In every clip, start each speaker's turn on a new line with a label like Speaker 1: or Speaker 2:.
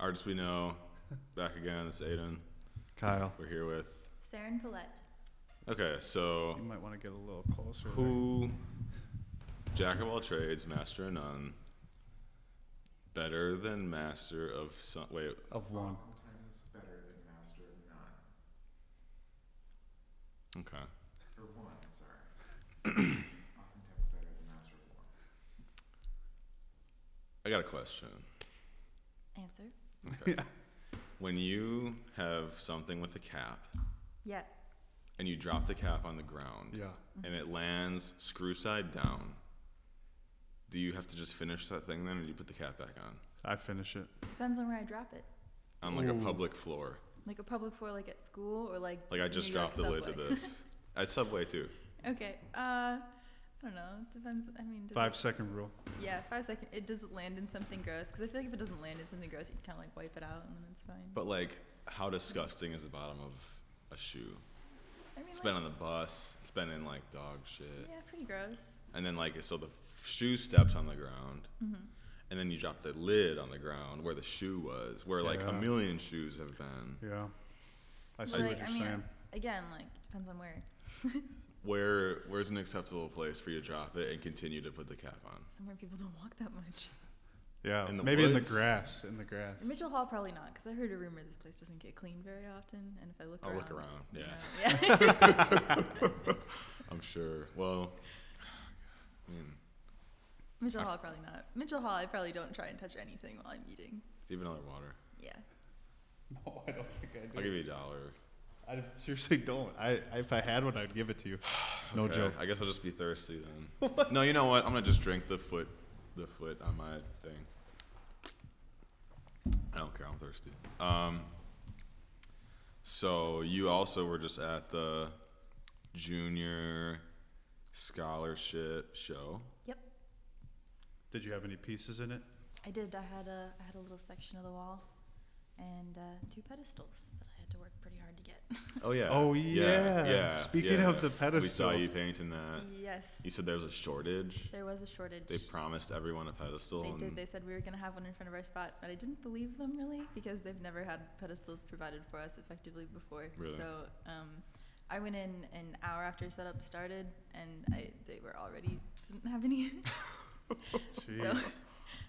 Speaker 1: Artists we know, back again. It's Aiden.
Speaker 2: Kyle,
Speaker 1: We're here with.
Speaker 3: Saren Paulette.
Speaker 1: Okay, so
Speaker 2: you might want to get a little closer.
Speaker 1: who, jack of all trades, master of none, better than master of some? Wait,
Speaker 2: there. Of one.
Speaker 4: Oftentimes better than master of none.
Speaker 1: okay.
Speaker 4: Or one, sorry. Oftentimes better than master of one.
Speaker 1: I got a question.
Speaker 3: Answer?
Speaker 1: Okay. When you have something with a cap
Speaker 3: Yeah.
Speaker 1: and you drop the cap on the ground
Speaker 2: Yeah.
Speaker 1: and it lands screw side down, do you have to just finish that thing then, or do you put the cap back on?
Speaker 2: I finish it.
Speaker 3: Depends on where I drop it.
Speaker 1: On like a
Speaker 2: Ooh.
Speaker 1: public floor.
Speaker 3: Like a public floor, like at school, or like.
Speaker 1: Like I
Speaker 3: New
Speaker 1: just
Speaker 3: York
Speaker 1: dropped the lid to
Speaker 3: subway.
Speaker 1: this. At Subway too.
Speaker 3: Okay. Uh, I don't know. Depends. I mean. Does
Speaker 2: Five second rule.
Speaker 3: It, yeah, five second. It doesn't land in something gross because I feel like if it doesn't land in something gross, you can kind of like wipe it out and then it's fine.
Speaker 1: But like, how disgusting is the bottom of a shoe?
Speaker 3: I mean,
Speaker 1: It's
Speaker 3: like,
Speaker 1: been on the bus. It's been in like dog shit.
Speaker 3: yeah, pretty gross. Mm-hmm.
Speaker 1: And then like, so the f- shoe steps on the ground, and then you drop the lid on the ground where the shoe was, where like a
Speaker 2: Yeah.
Speaker 1: million shoes have been.
Speaker 2: Yeah. I see
Speaker 3: like,
Speaker 2: what you're
Speaker 3: I mean,
Speaker 2: saying.
Speaker 3: again, like depends on where.
Speaker 1: Where where's an acceptable place for you to drop it and continue to put the cap on?
Speaker 3: Somewhere people don't walk that much.
Speaker 2: Yeah.
Speaker 1: in the
Speaker 2: Maybe in the
Speaker 1: woods?
Speaker 2: grass. In the grass.
Speaker 3: Mitchell Hall probably not because I heard a rumor this place doesn't get cleaned very often, and if I look
Speaker 1: I'll
Speaker 3: around,
Speaker 1: look around.
Speaker 3: you
Speaker 1: Yeah,
Speaker 3: know, yeah.
Speaker 1: I'm sure. Well, I mean,
Speaker 3: Mitchell Hall probably not. Mitchell Hall, I probably don't try and touch anything while I'm eating.
Speaker 1: do you have another water?
Speaker 3: Yeah.
Speaker 2: No, I don't think I do.
Speaker 1: I'll give you a dollar.
Speaker 2: I seriously don't. I if I had one, I'd give it to you. No
Speaker 1: Okay,
Speaker 2: joke.
Speaker 1: I guess I'll just be thirsty then. no, you know what? I'm gonna just drink the foot, the foot on my thing. I don't care. I'm thirsty. Um. So you also were just at the junior scholarship show.
Speaker 3: Yep.
Speaker 2: Did you have any pieces in it?
Speaker 3: I did. I had a I had a little section of the wall, and uh, two pedestals that I had to work pretty hard to get.
Speaker 1: Oh yeah.
Speaker 2: Oh, yeah. Speaking of the
Speaker 1: we saw
Speaker 2: pedestal.
Speaker 1: you painting that.
Speaker 3: yes.
Speaker 1: You said there was a shortage.
Speaker 3: There was a shortage.
Speaker 1: They promised everyone a pedestal.
Speaker 3: They
Speaker 1: and
Speaker 3: did. They said we were going to have one in front of our spot, but I didn't believe them really because they've never had pedestals provided for us effectively before.
Speaker 1: Really?
Speaker 3: So um, I went in an hour after setup started, and I, they were already didn't have any.
Speaker 2: Jeez.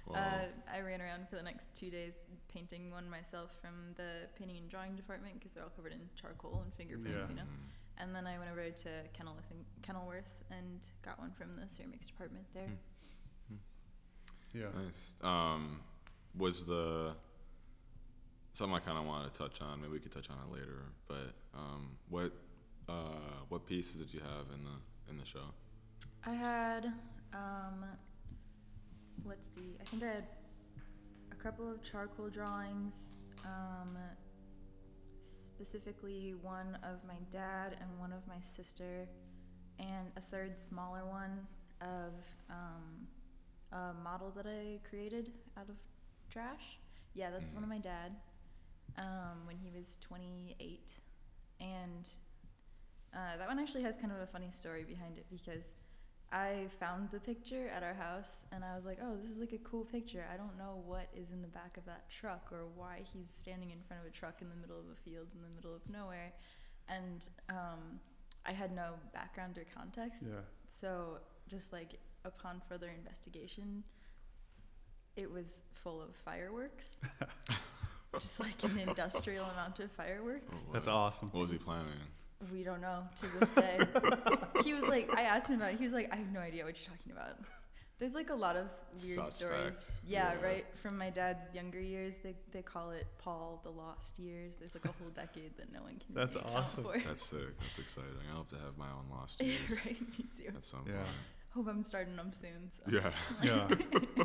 Speaker 1: Wow.
Speaker 3: Uh, I ran around for the next two days painting one myself from the painting and drawing department because they're all covered in charcoal and
Speaker 2: Yeah.
Speaker 3: fingerprints, you know.
Speaker 1: Mm.
Speaker 3: And then I went over to Kenilworth and, Kenilworth and got one from the ceramics department there.
Speaker 1: Hmm.
Speaker 2: Yeah.
Speaker 1: Nice. Um, was the something I kind of wanted to touch on? Maybe we could touch on it later. But um, what uh, what pieces did you have in the in the show?
Speaker 3: I had, um, let's see, I think I had a couple of charcoal drawings, um, specifically one of my dad and one of my sister, and a third smaller one of um, a model that I created out of trash. Yeah, that's the one of my dad um, when he was 28. And uh, that one actually has kind of a funny story behind it because I found the picture at our house and I was like, oh, this is like a cool picture. I don't know what is in the back of that truck or why he's standing in front of a truck in the middle of a field in the middle of nowhere. And um, I had no background or context.
Speaker 2: Yeah.
Speaker 3: So, just like upon further investigation, it was full of fireworks. just like an industrial amount of fireworks.
Speaker 2: That's awesome.
Speaker 1: What was he planning?
Speaker 3: We don't know to this day. he was like, I asked him about it. He was like, I have no idea what you're talking about. There's like a lot of weird stories.
Speaker 1: Suspect.
Speaker 3: Yeah,
Speaker 1: Yeah.
Speaker 3: right. From my dad's younger years, they, they call it Paul the Lost Years. There's like a whole decade that no one can
Speaker 2: That's
Speaker 3: really account
Speaker 2: awesome.
Speaker 3: for.
Speaker 1: That's sick. That's exciting. I hope to have my own lost years
Speaker 3: right, me too.
Speaker 1: at some
Speaker 2: Yeah.
Speaker 3: Hope I'm starting them soon. So.
Speaker 1: point. Yeah.
Speaker 2: Yeah.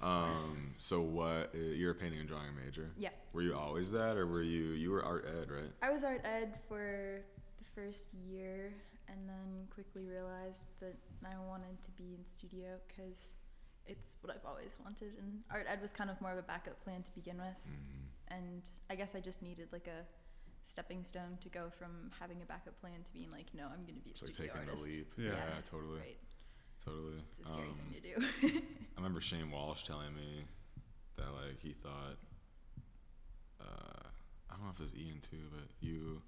Speaker 1: Um, so what? uh, You're a painting and drawing major.
Speaker 3: Yeah.
Speaker 1: Were you always that, or were you you were art ed, right?
Speaker 3: I was art ed for the first year and then quickly realized that I wanted to be in studio because it's what I've always wanted. And art ed was kind of more of a backup plan to begin with.
Speaker 1: Mm-hmm.
Speaker 3: And I guess I just needed like a stepping stone to go from having a backup plan to being like, no, I'm going to be a
Speaker 1: It's like
Speaker 3: studio
Speaker 1: taking
Speaker 3: artist.
Speaker 1: the leap.
Speaker 2: Yeah.
Speaker 1: yeah totally.
Speaker 3: Right.
Speaker 1: Totally.
Speaker 3: It's a scary
Speaker 1: Um,
Speaker 3: thing to do.
Speaker 1: I remember Shane Walsh telling me that like he thought uh, if it was Ian too, but you,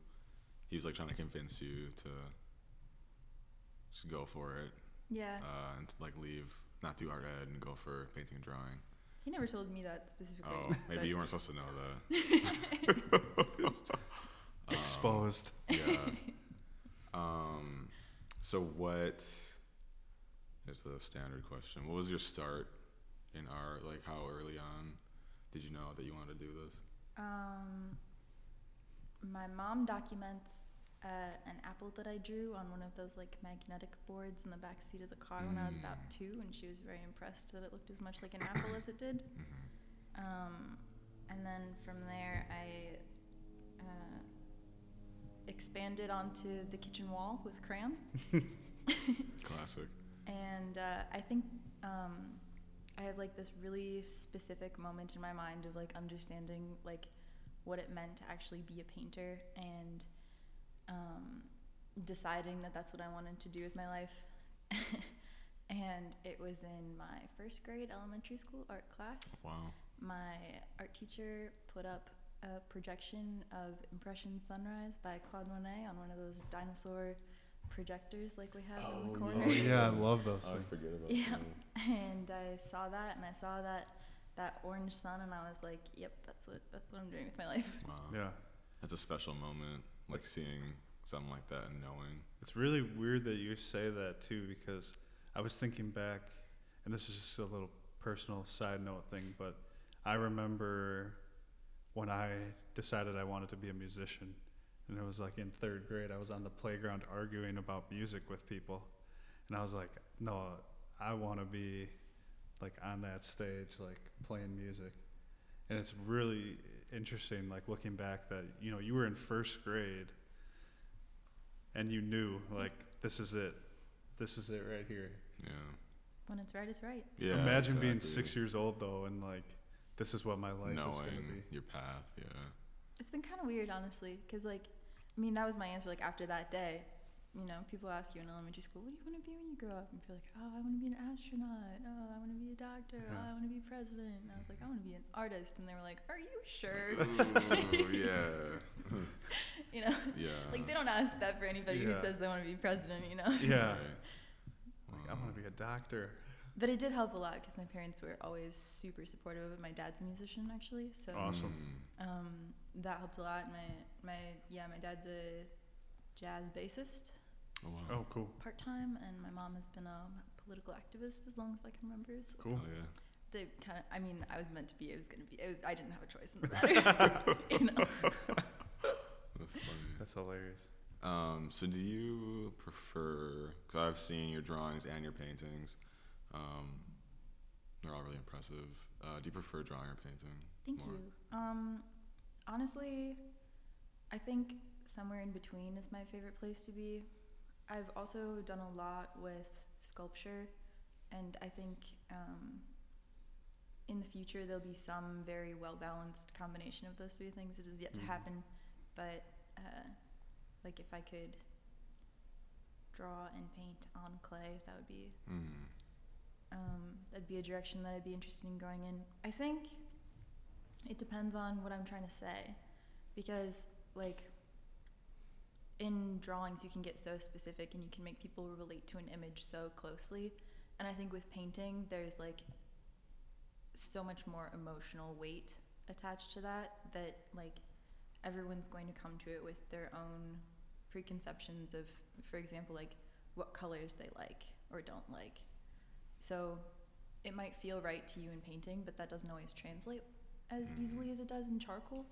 Speaker 1: he was like trying to convince you to just go for it
Speaker 3: Yeah.
Speaker 1: uh, and to like leave, not do art ed and go for painting and drawing.
Speaker 3: He never told me that specifically.
Speaker 1: Oh, maybe
Speaker 3: but-
Speaker 1: you weren't supposed to know that. Um,
Speaker 2: Exposed.
Speaker 1: yeah. Um, so what? Here's the standard question. What was your start in art? Like, how early on did you know that you wanted to do this?
Speaker 3: Um, my mom documents uh, an apple that I drew on one of those like magnetic boards in the back seat of the car when I was about
Speaker 1: Mm.
Speaker 3: two, and she was very impressed that it looked as much like an apple as it did.
Speaker 1: Mm-hmm.
Speaker 3: Um, and then from there, I uh, expanded onto the kitchen wall with crayons.
Speaker 1: Classic.
Speaker 3: And uh, I think um, I have like this really specific moment in my mind of like understanding like what it meant to actually be a painter and um, deciding that that's what I wanted to do with my life. and it was in my first grade elementary school art class.
Speaker 1: Wow.
Speaker 3: My art teacher put up a projection of Impression Sunrise by Claude Monet on one of those dinosaur projectors like we have in the corner.
Speaker 2: Oh, yeah, I love those
Speaker 1: I
Speaker 2: things.
Speaker 1: forget about
Speaker 3: Yeah.
Speaker 1: that.
Speaker 3: and I saw that, and I saw that that orange sun, and I was like, "Yep, that's what that's what I'm doing with my life."
Speaker 1: Wow.
Speaker 2: Yeah.
Speaker 1: That's a special moment, like seeing something like that and knowing.
Speaker 2: It's really weird that you say that too, because I was thinking back, and this is just a little personal side note thing, but I remember when I decided I wanted to be a musician, and it was like in third grade, I was on the playground arguing about music with people, and I was like, no, I want to be like on that stage, like playing music. And it's really interesting, like looking back, that you know you were in first grade, and you knew like this is it this is it right here
Speaker 1: Yeah.
Speaker 3: When it's right, it's right.
Speaker 1: Yeah.
Speaker 2: imagine being
Speaker 1: exactly.
Speaker 2: six years old though and like this is what my life is going to
Speaker 1: knowing
Speaker 2: be
Speaker 1: your path. Yeah.
Speaker 3: It's been kind of weird, honestly, because like, I mean, that was my answer. Like after that day, you know, people ask you in elementary school, "What do you want to be when you grow up?" And you're like, "Oh, I want to be an astronaut. Oh, I want to be a doctor.
Speaker 2: Yeah.
Speaker 3: Oh, I want to be president." And I was like, "I want to be an artist," and they were like, "Are you sure?"
Speaker 1: Ooh, yeah.
Speaker 3: you know,
Speaker 1: yeah.
Speaker 3: like they don't ask that for anybody
Speaker 2: Yeah.
Speaker 3: who says they want to be president. You know.
Speaker 2: yeah
Speaker 1: Right.
Speaker 2: like i'm going
Speaker 1: uh,
Speaker 2: to be a doctor
Speaker 3: But it did help a lot because my parents were always super supportive of it. My dad's a musician, actually, so
Speaker 1: Wow. Mm.
Speaker 2: Awesome.
Speaker 3: um, that helped a lot. My my yeah, my dad's a jazz bassist
Speaker 1: Mm. Oh, wow.
Speaker 2: oh cool
Speaker 3: part time, and my mom has been a political activist as long as I can remember. So
Speaker 2: cool
Speaker 1: Oh, yeah.
Speaker 3: they kind of, I mean, I was meant to be. It was gonna be. It was, I didn't have a choice in the matter. you know.
Speaker 1: That's funny.
Speaker 2: that's hilarious
Speaker 1: Um, so do you prefer? Because I've seen your drawings and your paintings. Um, they're all really impressive. Uh, do you prefer drawing or painting?
Speaker 3: Thank
Speaker 1: more?
Speaker 3: you. Um, honestly, I think somewhere in between is my favorite place to be. I've also done a lot with sculpture, and I think um, in the future there'll be some very well balanced combination of those three things. It is yet to
Speaker 2: Mhm.
Speaker 3: happen, but uh, like if I could draw and paint on clay, that would be
Speaker 1: Mm.
Speaker 3: um, that'd be a direction that I'd be interested in going in. I think it depends on what I'm trying to say, because like in drawings you can get so specific and you can make people relate to an image so closely, and I think with painting there's like so much more emotional weight attached to that that like everyone's going to come to it with their own preconceptions of for example like what colors they like or don't like so it might feel right to you in painting, but that doesn't always translate as
Speaker 1: Mhm.
Speaker 3: easily as it does in charcoal.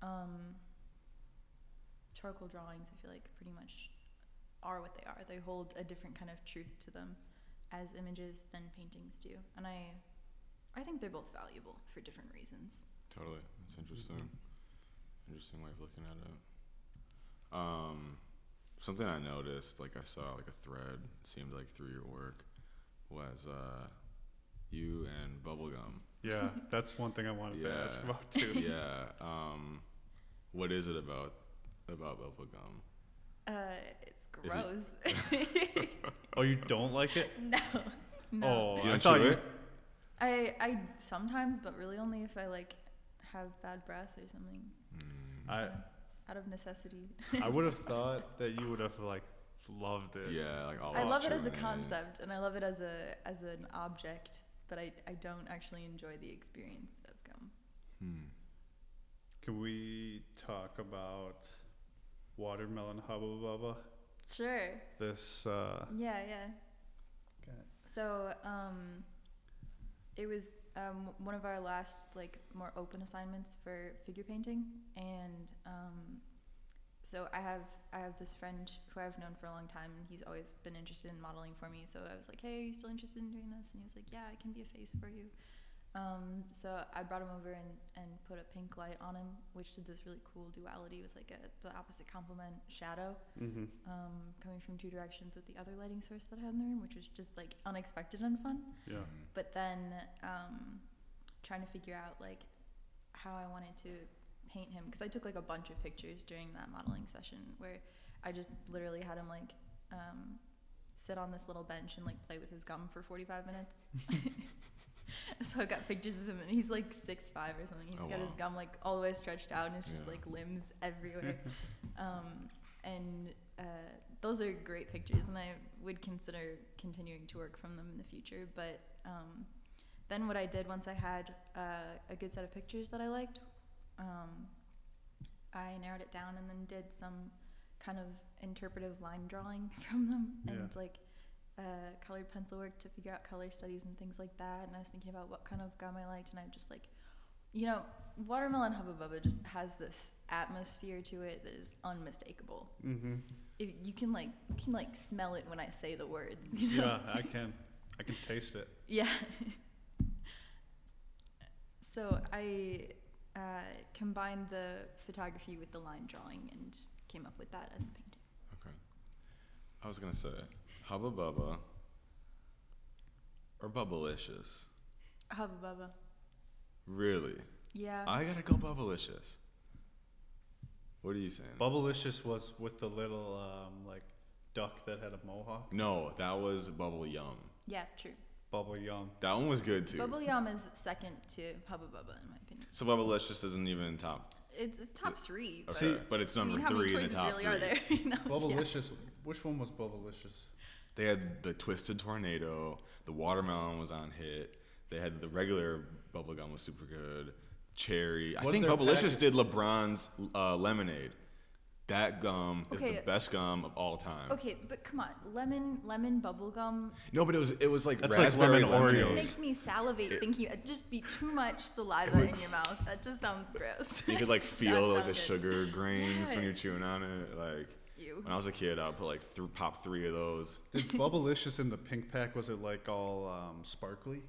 Speaker 3: Um, charcoal drawings, I feel like, pretty much are what they are. They hold a different kind of truth to them as images than paintings do, and I, I think they're both valuable for different reasons.
Speaker 1: Totally. That's interesting. Interesting way of looking at it. Um, something I noticed, like I saw like a thread, it seemed like through your work, was uh, you and bubblegum.
Speaker 2: yeah that's one thing i wanted to ask
Speaker 1: Yeah.
Speaker 2: about too
Speaker 1: yeah. Um, what is it about about bubblegum?
Speaker 3: Uh, it's
Speaker 1: you-
Speaker 3: gross.
Speaker 2: oh you don't like it
Speaker 3: no, no.
Speaker 2: oh
Speaker 1: You
Speaker 2: i
Speaker 1: don't
Speaker 2: thought
Speaker 1: chew
Speaker 2: you
Speaker 1: it?
Speaker 3: I I sometimes, but really only if I like have bad breath or something.
Speaker 1: Mm.
Speaker 2: I
Speaker 3: Out of necessity.
Speaker 2: I would have thought that you would have like loved it.
Speaker 1: yeah, like all
Speaker 3: I love it as a
Speaker 1: chewing
Speaker 3: concept and I love it as a as an object, but I, I don't actually enjoy the experience of gum.
Speaker 1: Hmm.
Speaker 2: Can we talk about watermelon hubba bubba?
Speaker 3: Sure.
Speaker 2: This uh,
Speaker 3: Yeah, yeah. So, um, it was um, one of our last like more open assignments for figure painting, and um, so I have I have this friend who I've known for a long time, and he's always been interested in modeling for me. So I was like, "Hey, are you still interested in doing this?" And he was like, "Yeah, I can be a face for you." Um, so I brought him over and, and put a pink light on him, which did this really cool duality with like a the opposite complement shadow
Speaker 2: mm-hmm.
Speaker 3: um, coming from two directions with the other lighting source that I had in the room, which was just like unexpected and fun.
Speaker 2: yeah,
Speaker 1: Mm.
Speaker 3: But then um, trying to figure out like how I wanted to paint him because I took like a bunch of pictures during that modeling session where I just literally had him like um, sit on this little bench and like play with his gum for 45 minutes. so I got pictures of him and he's like six five or something. He's
Speaker 1: Oh,
Speaker 3: got his
Speaker 1: wow.
Speaker 3: gum like all the way stretched out and it's just
Speaker 1: Yeah.
Speaker 3: like limbs everywhere. um, and uh, those are great pictures and I would consider continuing to work from them in the future. But um, then what I did once I had uh, a good set of pictures that I liked, um, I narrowed it down and then did some kind of interpretive line drawing from them and like uh, colored pencil work to figure out color studies and things like that. And I was thinking about what kind of gum I liked, and I'm just like, you know, watermelon Hubba Bubba just has this atmosphere to it that is unmistakable.
Speaker 2: mm-hmm.
Speaker 3: If you can like you can like smell it when I say the words. You know?
Speaker 2: yeah. I can, I can taste it.
Speaker 3: Yeah. so I uh, combined the photography with the line drawing and came up with that as a painting.
Speaker 1: Okay. I was gonna say Hubba Bubba or Bubblicious.
Speaker 3: Hubba Bubba.
Speaker 1: Really?
Speaker 3: Yeah.
Speaker 1: I gotta go Bubblicious. What are you saying?
Speaker 2: Bubblicious was with the little um, like duck that had a mohawk.
Speaker 1: no, that was Bubble Yum.
Speaker 3: yeah, true.
Speaker 2: Bubble yum.
Speaker 1: That one was good too.
Speaker 3: Bubble Yum is second to Hubba Bubba in my opinion.
Speaker 1: so Bubblicious isn't even top.
Speaker 3: It's, it's top three. but-
Speaker 1: Okay,
Speaker 2: See-
Speaker 1: but it's
Speaker 3: I
Speaker 1: number
Speaker 3: mean, how many
Speaker 1: three in the
Speaker 3: choices
Speaker 1: top
Speaker 3: really
Speaker 1: three.
Speaker 3: are there? you know? Yeah.
Speaker 2: Bubblicious. Which one was Bubblicious?
Speaker 1: They had the Twisted Tornado. The Watermelon was on hit. They had the regular Bubblegum was super good. Cherry. I
Speaker 2: What's
Speaker 1: think
Speaker 2: their
Speaker 1: Bubblicious
Speaker 2: package?
Speaker 1: did LeBron's uh, lemonade. That gum is
Speaker 3: Okay.
Speaker 1: the best gum of all time.
Speaker 3: Okay, but come on, lemon lemon bubble gum
Speaker 1: No, but it was it was like
Speaker 2: That's like
Speaker 1: raspberry
Speaker 2: lemon
Speaker 1: lemonade.
Speaker 2: Oreos.
Speaker 3: makes me salivate thinking it'd just be too much saliva
Speaker 1: would-
Speaker 3: in your mouth. That just sounds gross.
Speaker 1: You could like
Speaker 3: That
Speaker 1: feel like the
Speaker 3: sounded-
Speaker 1: sugar grains
Speaker 3: Yeah.
Speaker 1: when you're chewing on it. Like
Speaker 3: Ew.
Speaker 1: when I was a kid, I'd put like th- pop three of those.
Speaker 2: Did Bubblicious in the pink pack? Was it like all um, sparkly?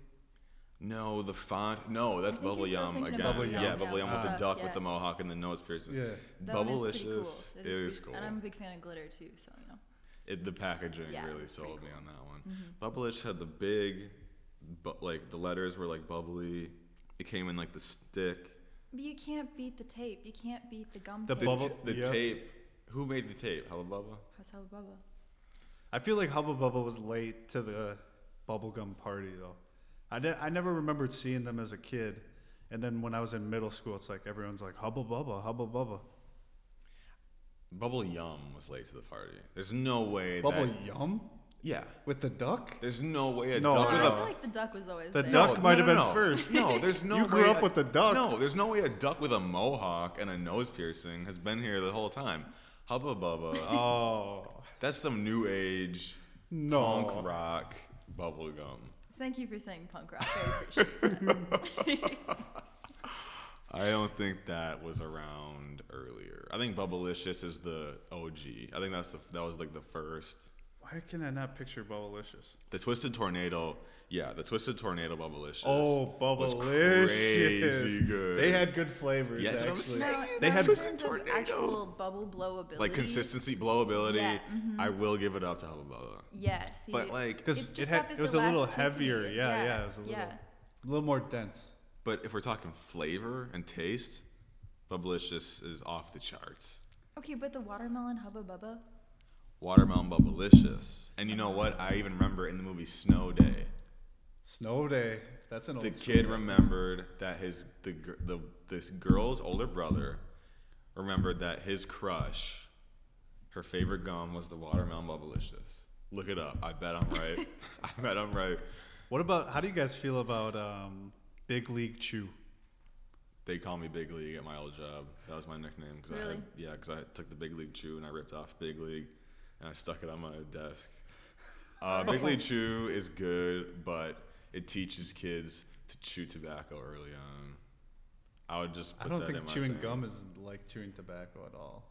Speaker 1: No, the font. No, that's
Speaker 3: think you're
Speaker 1: Bubble
Speaker 3: still
Speaker 1: Yum
Speaker 3: thinking
Speaker 1: again.
Speaker 3: of Bubble
Speaker 2: Yum.
Speaker 1: Yeah,
Speaker 2: Yeah,
Speaker 1: Bubble Yum with
Speaker 2: uh,
Speaker 1: the duck
Speaker 3: yeah.
Speaker 1: with the mohawk and the nose piercing.
Speaker 2: Yeah.
Speaker 3: That one is pretty
Speaker 1: Bubblicious.
Speaker 3: That
Speaker 1: It is
Speaker 3: pretty-
Speaker 1: cool.
Speaker 3: And I'm a big fan of glitter too, so you know.
Speaker 1: It, the packaging
Speaker 3: Yeah,
Speaker 1: really
Speaker 3: it's pretty
Speaker 1: sold me
Speaker 3: cool. Mm-hmm.
Speaker 1: on that one. Bubblicious had the big, bu- like the letters were like bubbly. It came in like the stick,
Speaker 3: But you can't beat the tape. You can't beat the gum
Speaker 2: The
Speaker 1: the,
Speaker 3: tape.
Speaker 2: Bubble-
Speaker 1: t- the
Speaker 2: yep.
Speaker 1: tape. Who made the tape? Hubba Bubba.
Speaker 3: How's Hubba Bubba?
Speaker 2: I feel like Hubba Bubba was late to the bubblegum party though. I, ne- I never remembered seeing them as a kid. And then when I was in middle school, it's like everyone's like Hubba Bubba, Hubba Bubba.
Speaker 1: Bubble Yum was late to the party. There's no way
Speaker 2: Bubble
Speaker 1: that.
Speaker 2: Yum
Speaker 1: Yeah.
Speaker 2: with the duck.
Speaker 1: There's no way a
Speaker 2: No,
Speaker 1: duck
Speaker 3: No,
Speaker 1: with
Speaker 3: I
Speaker 2: the-
Speaker 3: feel
Speaker 1: a.
Speaker 3: like the duck was always
Speaker 2: The
Speaker 3: there.
Speaker 2: duck-
Speaker 1: no,
Speaker 2: might
Speaker 1: no, no,
Speaker 2: have been
Speaker 1: no.
Speaker 2: first.
Speaker 1: No, there's no.
Speaker 2: You grew
Speaker 1: way
Speaker 2: up
Speaker 1: a-
Speaker 2: with the duck.
Speaker 1: No, there's no way a duck with a mohawk and a nose piercing has been here the whole time. Hubba Bubba.
Speaker 2: Oh
Speaker 1: That's some new age
Speaker 2: no!
Speaker 1: punk rock bubblegum.
Speaker 3: Thank you for saying punk rock. I appreciate that.
Speaker 1: I don't think that was around earlier. I think Bubblicious is the OG. I think that's the that was like the first.
Speaker 2: Why can I not picture Bubblicious?
Speaker 1: The Twisted Tornado, yeah, the Twisted Tornado Bubblicious.
Speaker 2: Oh,
Speaker 1: was
Speaker 2: Bubblicious!
Speaker 1: crazy good.
Speaker 2: They had good flavors.
Speaker 1: Yeah, that's what I'm
Speaker 2: actually.
Speaker 1: saying.
Speaker 3: Now,
Speaker 2: They
Speaker 3: now
Speaker 2: had-
Speaker 3: in
Speaker 1: Twisted
Speaker 3: terms of
Speaker 1: Tornado.
Speaker 3: actual bubble blow ability.
Speaker 1: like consistency, blowability.
Speaker 3: Yeah, mhm.
Speaker 1: I will give it up to Hubba Bubba.
Speaker 3: Yeah, see.
Speaker 1: But like,
Speaker 2: 'Cause
Speaker 3: it's
Speaker 2: it
Speaker 3: just
Speaker 2: had-
Speaker 3: got this
Speaker 2: it was a little
Speaker 3: elasticity.
Speaker 2: heavier. Yeah, yeah, it was a little-
Speaker 3: yeah.
Speaker 2: A little more dense.
Speaker 1: but if we're talking flavor and taste, Bubblicious is off the charts.
Speaker 3: Okay, but the watermelon hubba bubba.
Speaker 1: Watermelon Bubblicious, and you know what? I even remember in the movie Snow Day.
Speaker 2: Snow day. That's an old
Speaker 1: the
Speaker 2: school
Speaker 1: kid
Speaker 2: reference.
Speaker 1: remembered that his the gir- the this girl's older brother remembered that his crush, her favorite gum was the watermelon bubblicious. Look it up. I bet I'm right. I bet I'm right.
Speaker 2: What about how do you guys feel about um, Big League Chew?
Speaker 1: They call me Big League at my old job. That was my nickname because I had,
Speaker 3: Really?
Speaker 1: yeah because I took the Big League Chew and I ripped off Big League and I stuck it on my desk. Uh, Big
Speaker 3: Oh.
Speaker 1: League Chew is good, but it teaches kids to chew tobacco early on. I would just. Put
Speaker 2: I don't
Speaker 1: that in
Speaker 2: think
Speaker 1: my
Speaker 2: chewing
Speaker 1: thing.
Speaker 2: gum is like chewing tobacco at all.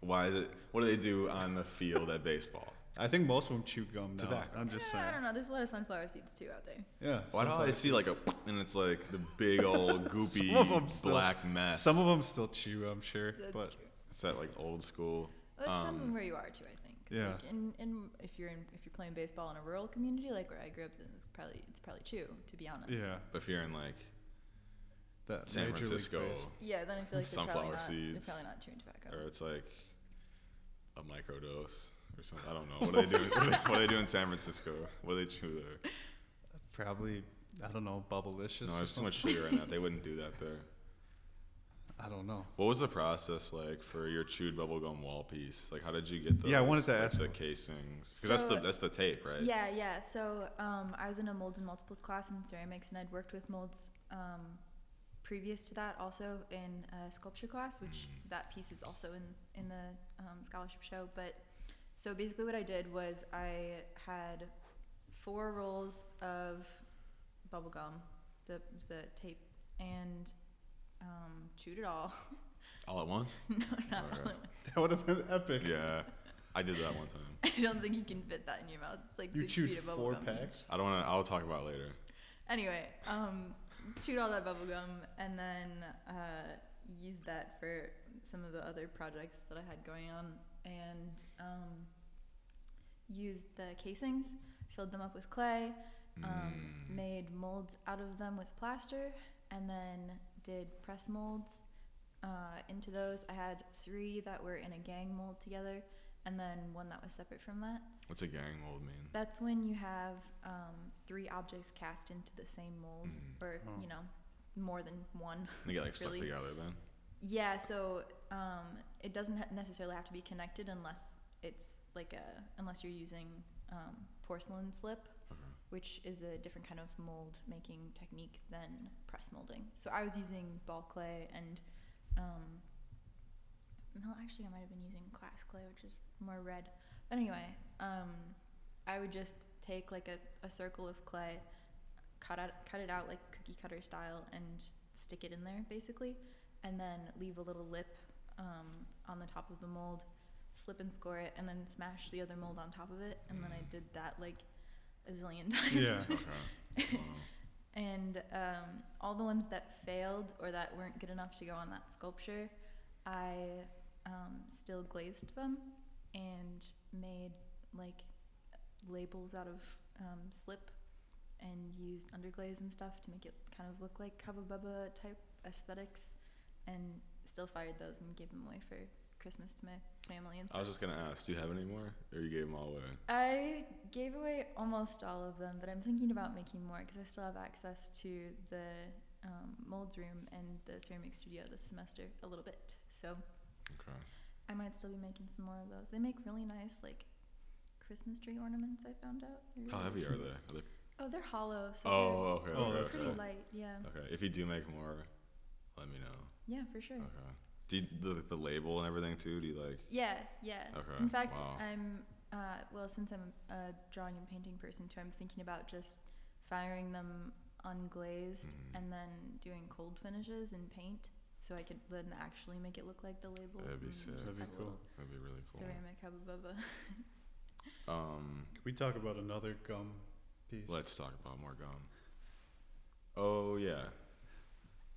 Speaker 1: Why is it? What do they do on the field at baseball?
Speaker 2: I think most of them chew gum now.
Speaker 1: Tobacco.
Speaker 2: I'm just
Speaker 3: Yeah, I don't
Speaker 2: saying.
Speaker 3: know. There's a lot of sunflower seeds too out there.
Speaker 2: Yeah.
Speaker 1: Why do I
Speaker 2: sunflower
Speaker 1: always see like a and it's like the big old goopy
Speaker 2: Some of 'em still-
Speaker 1: black mess?
Speaker 2: Some of them still chew, I'm sure.
Speaker 3: That's
Speaker 2: but
Speaker 3: true.
Speaker 1: it's that like old school.
Speaker 3: Well, it depends on
Speaker 1: um,
Speaker 3: where you are too. I think. 'Cause,
Speaker 2: yeah.
Speaker 3: Like in, in if you're in, if you're playing baseball in a rural community like where I grew up, then it's probably it's probably chew to be honest.
Speaker 2: yeah,
Speaker 1: If you're in like
Speaker 2: that
Speaker 1: San
Speaker 2: Major League
Speaker 1: Francisco,
Speaker 2: Base-
Speaker 3: Yeah, then I feel like they're
Speaker 1: Sunflower
Speaker 3: probably not,
Speaker 1: seeds.
Speaker 3: They're probably not chewing tobacco.
Speaker 1: or it's like a microdose or something. I don't know what do they do. in- what do they do in San Francisco? What do they chew there?
Speaker 2: Probably I don't know, bubblicious.
Speaker 1: no,
Speaker 2: or
Speaker 1: there's too much
Speaker 2: something.
Speaker 1: sugar in that. They wouldn't do that there.
Speaker 2: I don't know.
Speaker 1: What was the process like for your chewed bubblegum wall piece? Like, how did you get those?
Speaker 2: Yeah, I wanted to
Speaker 1: like,
Speaker 2: ask-
Speaker 1: the casings. 'Cause that's the
Speaker 3: So-
Speaker 1: that's the tape, right?
Speaker 3: Yeah, yeah. So um, I was in a molds and multiples class in ceramics, and I'd worked with molds um, previous to that, also in a sculpture class, which
Speaker 2: Mm.
Speaker 1: Mhm.
Speaker 3: that piece is also in in the um, scholarship show. But so basically, what I did was I had four rolls of bubble gum, the the tape, and um, chewed it all.
Speaker 1: All at once.
Speaker 3: no, not
Speaker 1: Alright.
Speaker 3: all at once.
Speaker 2: That would have been epic.
Speaker 1: Yeah, I did that one time.
Speaker 3: I don't think you can fit that in your mouth. It's like
Speaker 2: You
Speaker 3: six
Speaker 2: chewed
Speaker 3: feet of bubble
Speaker 2: four
Speaker 3: gum.
Speaker 2: packs.
Speaker 1: I don't want to. I'll talk about it later.
Speaker 3: Anyway, um, chewed all that bubble gum and then uh, used that for some of the other projects that I had going on, and um, used the casings, filled them up with clay, um,
Speaker 1: Mm.
Speaker 3: made molds out of them with plaster, and then did press molds uh, into those. I had three that were in a gang mold together, and then one that was separate from that.
Speaker 1: What's a gang mold mean?
Speaker 3: That's when you have um, three objects cast into the same mold,
Speaker 1: Mhm.
Speaker 3: or
Speaker 2: Oh.
Speaker 3: you know, more than one.
Speaker 1: They get like stuck
Speaker 3: Really?
Speaker 1: together then.
Speaker 3: Yeah, so um, it doesn't ha- necessarily have to be connected unless it's like a unless you're using um, porcelain slip,
Speaker 1: Okay.
Speaker 3: which is a different kind of mold making technique than press molding. So I was using ball clay and. Um, no, actually, I might have been using class clay, which is more red. But anyway, um, I would just take like a, a circle of clay, cut out, cut it out like cookie cutter style, and stick it in there basically, and then leave a little lip um, on the top of the mold, slip and score it, and then smash the other mold on top of it. And then I
Speaker 1: Mm.
Speaker 3: did that like a zillion times.
Speaker 2: Yeah.
Speaker 1: Okay. Wow.
Speaker 3: And um, all the ones that failed or that weren't good enough to go on that sculpture, I um, still glazed them and made like labels out of um, slip and used underglaze and stuff to make it kind of look like Hubba Bubba type aesthetics. And still fired those and gave them away for Christmas to my family and
Speaker 1: I
Speaker 3: stuff.
Speaker 1: was just gonna ask, do you have any more, or you gave them all away?
Speaker 3: I gave away almost all of them, but I'm thinking about making more because I still have access to the um, molds room and the ceramic studio this semester a little bit. So
Speaker 1: Okay.
Speaker 3: I might still be making some more of those. They make really nice, like, Christmas tree ornaments, I found out. They're
Speaker 1: How
Speaker 3: really-
Speaker 1: heavy are they? Are they
Speaker 3: Oh, they're hollow. So
Speaker 1: oh, okay.
Speaker 3: they're,
Speaker 2: Oh,
Speaker 1: okay,
Speaker 3: they're
Speaker 2: that's
Speaker 3: pretty
Speaker 1: okay.
Speaker 3: light. Yeah.
Speaker 1: Okay. If you do make more, let me know.
Speaker 3: Yeah, for sure.
Speaker 1: Okay. Do you, the, the label and everything too? Do you like?
Speaker 3: Yeah, yeah.
Speaker 1: Okay,
Speaker 3: In fact,
Speaker 1: wow.
Speaker 3: I'm uh, well since I'm a drawing and painting person too. I'm thinking about just firing them unglazed
Speaker 1: Mhm.
Speaker 3: and then doing cold finishes in paint, so I could then actually make it look like the labels.
Speaker 1: That'd be
Speaker 3: and
Speaker 1: sick.
Speaker 3: just
Speaker 2: That'd be
Speaker 3: have a
Speaker 2: cool.
Speaker 3: little
Speaker 1: That'd be really cool.
Speaker 3: Ceramic hubba bubba.
Speaker 1: Um,
Speaker 2: Can we talk about another gum piece?
Speaker 1: let's talk about more gum. Oh yeah.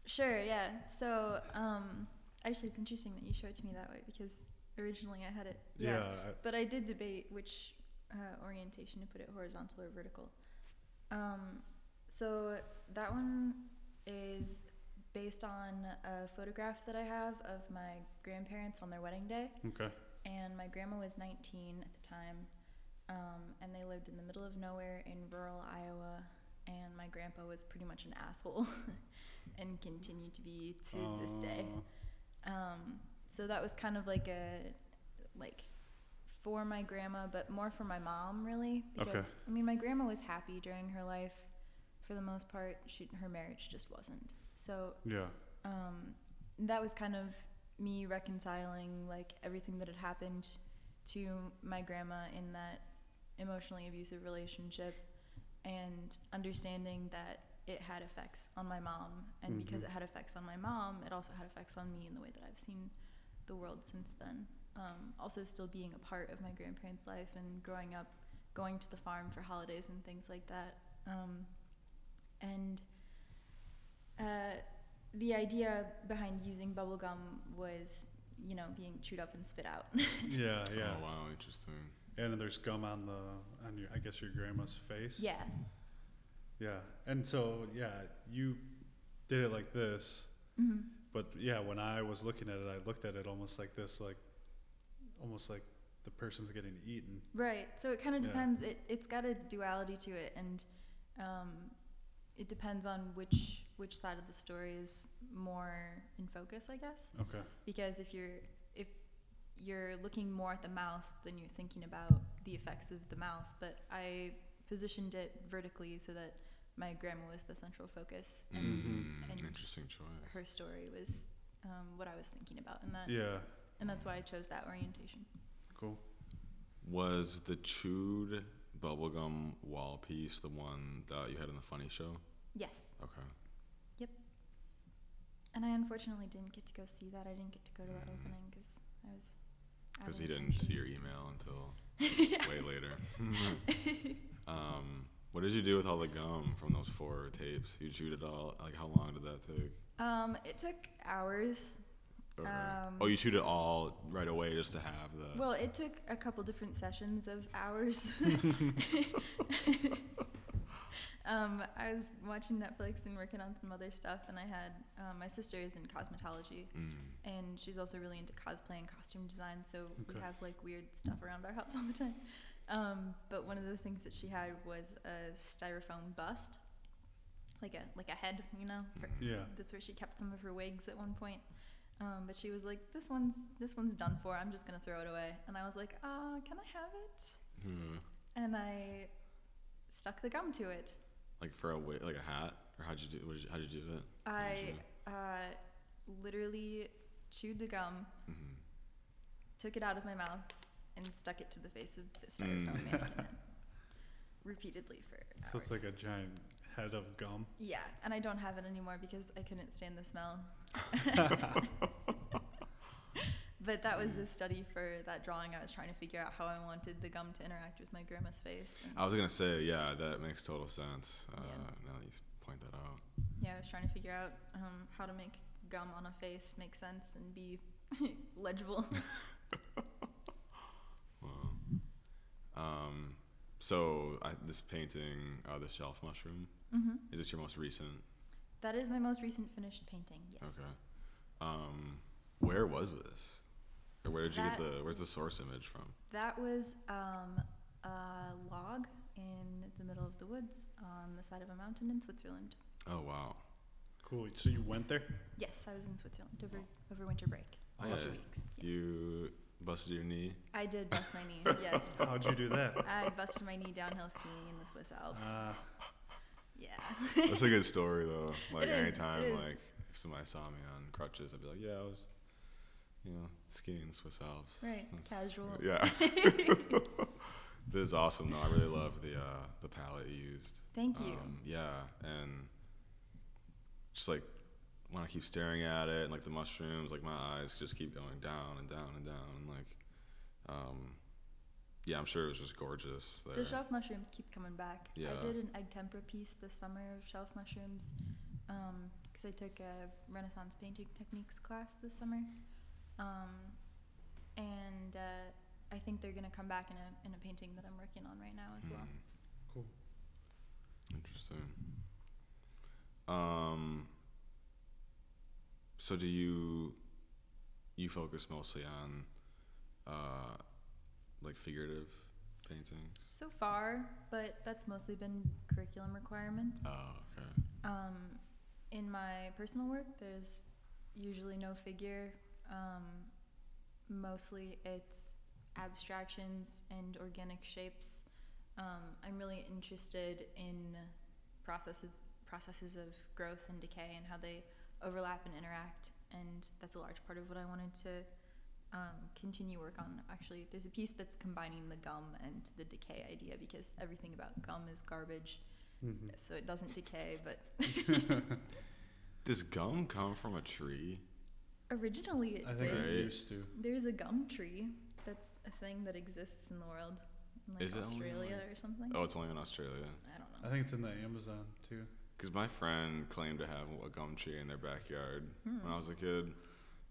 Speaker 3: Sure, yeah. So um, actually, it's interesting that you show it to me that way because originally I had it.
Speaker 2: yeah.
Speaker 3: But I did debate which uh, orientation to put it horizontal or vertical. Um, so that one is based on a photograph that I have of my grandparents on their wedding day.
Speaker 2: I- okay.
Speaker 3: And my grandma was 19 at the time. Um, and they lived in the middle of nowhere in rural Iowa. and my grandpa was pretty much an asshole and continued to be to this day.
Speaker 2: Uh,
Speaker 3: Um, so that was kind of like a like for my grandma, but more for my mom really.
Speaker 2: Okay.
Speaker 3: Because I mean, my grandma was happy during her life for the most part. She her marriage just wasn't. So
Speaker 2: Yeah.
Speaker 3: um, that was kind of me reconciling like everything that had happened to my grandma in that emotionally abusive relationship and understanding that it had effects on my mom and because
Speaker 2: Mhm.
Speaker 3: it had effects on my mom it also had effects on me in the way that i've seen the world since then um, also still being a part of my grandparents life and growing up going to the farm for holidays and things like that um, and uh, the idea behind using bubble gum was, you know, being chewed up and spit out.
Speaker 2: Yeah, yeah.
Speaker 1: Oh wow, interesting.
Speaker 2: And there's gum on the on your I guess your grandma's face.
Speaker 3: yeah.
Speaker 2: Yeah. And so yeah, you did it like this.
Speaker 3: hmm
Speaker 2: But yeah, when I was looking at it, I looked at it almost like this, like almost like the person's getting eaten.
Speaker 3: Right. So it kind of
Speaker 2: Yeah.
Speaker 3: depends. It it's got a duality to it, and um, it depends on which which side of the story is more in focus, I guess.
Speaker 2: Okay.
Speaker 3: Because if you're if you're looking more at the mouth, then you're thinking about the effects of the mouth. But I positioned it vertically so that my grandma was the central focus, and
Speaker 1: Mm,
Speaker 3: and
Speaker 1: interesting choice.
Speaker 3: her story was um, what I was thinking about, and that
Speaker 2: Yeah.
Speaker 3: and that's why I chose that orientation.
Speaker 2: Cool.
Speaker 1: Was the chewed bubblegum wall piece the one that you had in the funny show?
Speaker 3: Yes,
Speaker 1: Okay.
Speaker 3: and I unfortunately didn't get to go see that. I didn't get to go to that
Speaker 1: Mm.
Speaker 3: opening because I was. out
Speaker 1: Because
Speaker 3: of
Speaker 1: he didn't see your email until way later. um, what did you do with all the gum from those four tapes? You chewed it all. Like, how long did that take?
Speaker 3: Um, it took hours.
Speaker 1: Okay.
Speaker 3: Um,
Speaker 1: oh, you chewed it all right away just to have the.
Speaker 3: Well, it took a couple different sessions of hours. um, I was watching Netflix and working on some other stuff, and I had um, my sister is in cosmetology,
Speaker 1: mm.
Speaker 3: and she's also really into cosplay and costume design so
Speaker 2: Okay.
Speaker 3: we have like weird stuff around our house all the time um, but one of the things that she had was a styrofoam bust like a like a head you know for,
Speaker 1: Mm.
Speaker 2: Yeah.
Speaker 3: that's where she kept some of her wigs at one point um, but she was like this one's this one's done for i'm just gonna throw it away and i was like ah can i have it
Speaker 1: Yeah.
Speaker 3: and i stuck the gum to it
Speaker 1: Like for a wig, like a hat, or how'd you do? What did you, how'd you do it?
Speaker 3: i
Speaker 1: Gotcha.
Speaker 3: uh, literally chewed the gum
Speaker 1: Mm-hmm.
Speaker 3: took it out of my mouth and stuck it to the face of the
Speaker 1: Mm.
Speaker 3: styrofoam mannequin repeatedly for hours.
Speaker 2: So it's like a giant head of gum.
Speaker 3: yeah, and I don't have it anymore because I couldn't stand the smell. but that was a study for that drawing. I was trying to figure out how I wanted the gum to interact with my grandma's face. And
Speaker 1: I was gonna say, yeah, that makes total sense. Uh,
Speaker 3: Yeah.
Speaker 1: Now that you s- point that out.
Speaker 3: yeah, I was trying to figure out um, how to make gum on a face make sense and be legible.
Speaker 1: Wow. Um, so I, this painting, uh, the shelf mushroom,
Speaker 3: hmm
Speaker 1: is this your most recent?
Speaker 3: That is my most recent finished painting. Yes.
Speaker 1: Okay. Um, where was this? Or where did you get
Speaker 3: That-
Speaker 1: the? Where's the source image from?
Speaker 3: That was um, a log in the middle of the woods on the side of a mountain in Switzerland.
Speaker 1: Oh wow.
Speaker 2: Cool. So you went there?
Speaker 3: Yes, I was in Switzerland over, over winter break.
Speaker 1: Oh,
Speaker 3: for
Speaker 1: yeah.
Speaker 3: Two weeks. Yeah.
Speaker 1: You busted your knee.
Speaker 3: I did bust my knee. Yes.
Speaker 2: How'd you do that?
Speaker 3: I busted my knee downhill skiing in the Swiss Alps.
Speaker 2: Uh,
Speaker 3: yeah.
Speaker 1: Ah. That's a good story though. Like
Speaker 3: It is, it
Speaker 1: anytime,
Speaker 3: is.
Speaker 1: like if somebody saw me on crutches, I'd be like, yeah, I was, you know, skiing in the Swiss Alps.
Speaker 3: Right,
Speaker 1: That's-
Speaker 3: casual.
Speaker 1: Yeah. this is awesome though. I really love the uh, the palette you used.
Speaker 3: Thank you.
Speaker 1: Um, yeah, and just like when I keep staring at it, and like the mushrooms, like my eyes just keep going down and down and down, and like, um, yeah, I'm sure it was just gorgeous. There.
Speaker 3: the shelf mushrooms keep coming back.
Speaker 1: Yeah.
Speaker 3: I did an egg tempera piece this summer of shelf mushrooms because I took a Renaissance painting techniques class this summer. Um, and uh, I think they're going to come back in a, in a painting that I'm working on right now as well.
Speaker 1: Mm.
Speaker 2: Cool.
Speaker 1: Hmm, Interesting. Um. So do you you focus mostly on uh, like figurative paintings?
Speaker 3: So far, but that's mostly been curriculum requirements.
Speaker 1: Oh, okay.
Speaker 3: Um, in my personal work, there's usually no figure. Um, mostly it's abstractions and organic shapes. Um, I'm really interested in processes processes of growth and decay and how they overlap and interact, and that's a large part of what I wanted to um, continue work on. Actually, there's a piece that's combining the gum and the decay idea because everything about gum is garbage so it doesn't decay. But
Speaker 1: Does gum come from a tree?
Speaker 3: originally it
Speaker 2: I think
Speaker 3: did.
Speaker 1: Right.
Speaker 2: it used to.
Speaker 3: There's a gum tree. That's a thing that exists in the world, in like
Speaker 1: Is it only,
Speaker 3: Australia
Speaker 1: like-
Speaker 3: or something.
Speaker 1: Oh, it's only in Australia.
Speaker 3: I don't
Speaker 2: I
Speaker 3: know.
Speaker 2: think it's in the Amazon too.
Speaker 1: Because my friend claimed to have a gum tree in their backyard
Speaker 3: Hmm.
Speaker 1: when I was a kid,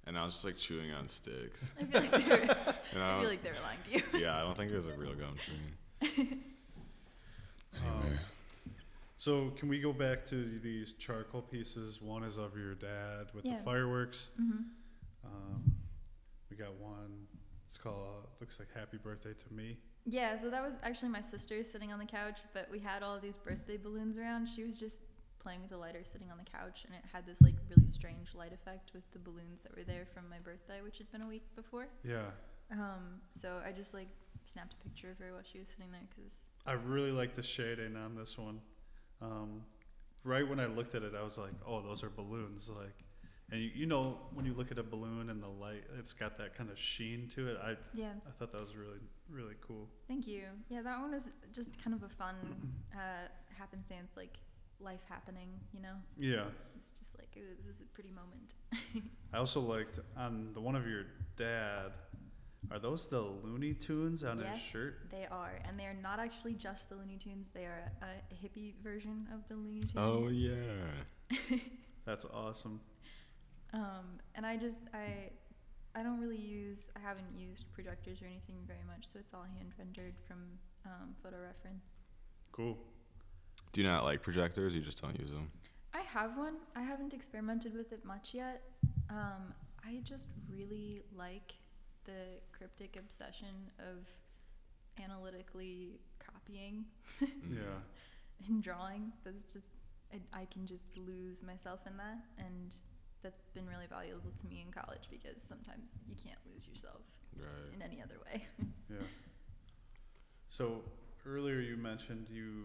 Speaker 1: and I was just like chewing on sticks.
Speaker 3: I feel like they're,
Speaker 1: And
Speaker 3: I
Speaker 1: I
Speaker 3: feel
Speaker 1: don't-
Speaker 3: like they're lying to you.
Speaker 1: Uh, yeah, I don't think it was a real gum tree.
Speaker 2: Um,
Speaker 1: Anyway.
Speaker 2: So can we go back to these charcoal pieces? One is of your dad with
Speaker 3: Yeah.
Speaker 2: the fireworks.
Speaker 3: hmm
Speaker 2: Um, we got one. It's called looks like Happy Birthday to Me.
Speaker 3: Yeah, so that was actually my sister sitting on the couch, but we had all these birthday balloons around. She was just playing with a lighter sitting on the couch, and it had this like really strange light effect with the balloons that were there from my birthday, which had been a week before.
Speaker 2: Yeah,
Speaker 3: Um, so I just like snapped a picture of her while she was sitting there because
Speaker 2: I really like the shading on this one. Um, right when I looked at it, I was like, "Oh, those are balloons!" Like, and you, you know when you look at a balloon and the light, it's got that kind of sheen to it. I
Speaker 3: yeah,
Speaker 2: I thought that was really really cool.
Speaker 3: thank you. Yeah, that one was just kind of a fun uh, happenstance, like life happening. You know,
Speaker 2: Yeah,
Speaker 3: it's just like ooh, this is a pretty moment.
Speaker 2: I also liked on the one of your dad. Are those the Looney Tunes on his
Speaker 3: Yes.
Speaker 2: shirt?
Speaker 3: They are, and they are not actually just the Looney Tunes. They are a, a hippie version of the Looney Tunes.
Speaker 1: Oh yeah.
Speaker 2: That's awesome.
Speaker 3: Um, and I just I I don't really use I haven't used projectors or anything very much, so it's all hand rendered from um, photo reference.
Speaker 2: Cool.
Speaker 1: Do you not like projectors? You just don't use them.
Speaker 3: I have one. I haven't experimented with it much yet. Um, I just really like the cryptic obsession of analytically copying
Speaker 1: Mm.
Speaker 2: Yeah.
Speaker 3: and drawing. That's just I, I can just lose myself in that, and that's been really valuable to me in college because sometimes you can't lose yourself
Speaker 1: Mm. Right.
Speaker 3: in any other way.
Speaker 2: Yeah. So earlier you mentioned you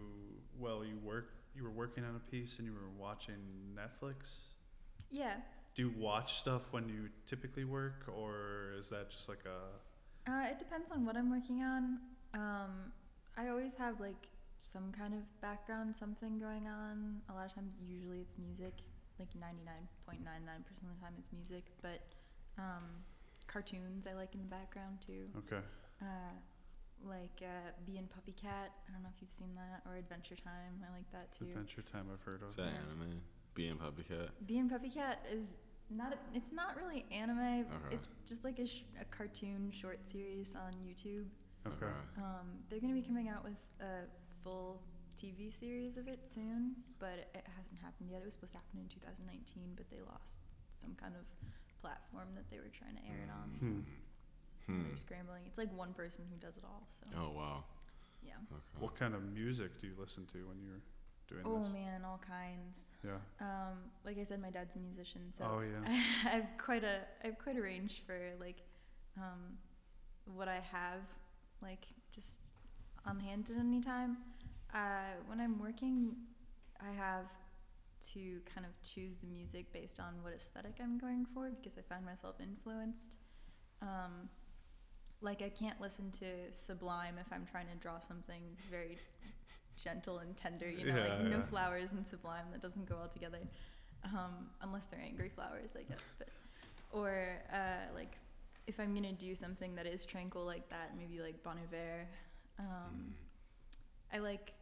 Speaker 2: well you work you were working on a piece and you were watching Netflix.
Speaker 3: yeah.
Speaker 2: Do you watch stuff when you typically work or is that just like a
Speaker 3: Uh, it depends on what I'm working on. Um, I always have like some kind of background, something going on. A lot of times, usually it's music. Like 99.99% of the time, it's music. But um, cartoons I like in the background too.
Speaker 2: okay?
Speaker 3: Uh, like uh, Bee and Puppy Cat. I don't know if you've seen that or Adventure Time. I like that too.
Speaker 2: Adventure Time I've heard
Speaker 1: Is
Speaker 2: of.
Speaker 1: that anime? Being Puppy Cat.
Speaker 3: Bee and Puppy Cat is not. A, it's not really anime.
Speaker 1: Okay.
Speaker 3: It's just like a, sh- a cartoon short series on YouTube.
Speaker 2: Okay.
Speaker 3: Um, they're going to be coming out with a full TV series of it soon, but it hasn't happened yet. It was supposed to happen in 2019, but they lost some kind of platform that they were trying to air it on. So
Speaker 2: Hmm.
Speaker 1: Hmm.
Speaker 3: they're scrambling. It's like one person who does it all. So
Speaker 1: Oh wow.
Speaker 3: yeah.
Speaker 1: Okay.
Speaker 2: What kind of music do you listen to when you're doing
Speaker 3: Oh
Speaker 2: this?
Speaker 3: man, all kinds.
Speaker 2: Yeah.
Speaker 3: Um, like I said, my dad's a musician, so um,
Speaker 2: oh yeah.
Speaker 3: I have quite a I have quite a range for like um, what I have like just on hand at any time. Uh, when I'm working, I have to kind of choose the music based on what aesthetic I'm going for because I find myself influenced. Um, like I can't listen to Sublime if I'm trying to draw something very gentle and tender, you know,
Speaker 2: Yeah,
Speaker 3: like no
Speaker 2: yeah.
Speaker 3: flowers and Sublime that doesn't go well together, um, unless they're angry flowers, I guess. But or uh, like if I'm gonna do something that is tranquil like that, maybe like Bon Iver. Um,
Speaker 1: Mm.
Speaker 3: I like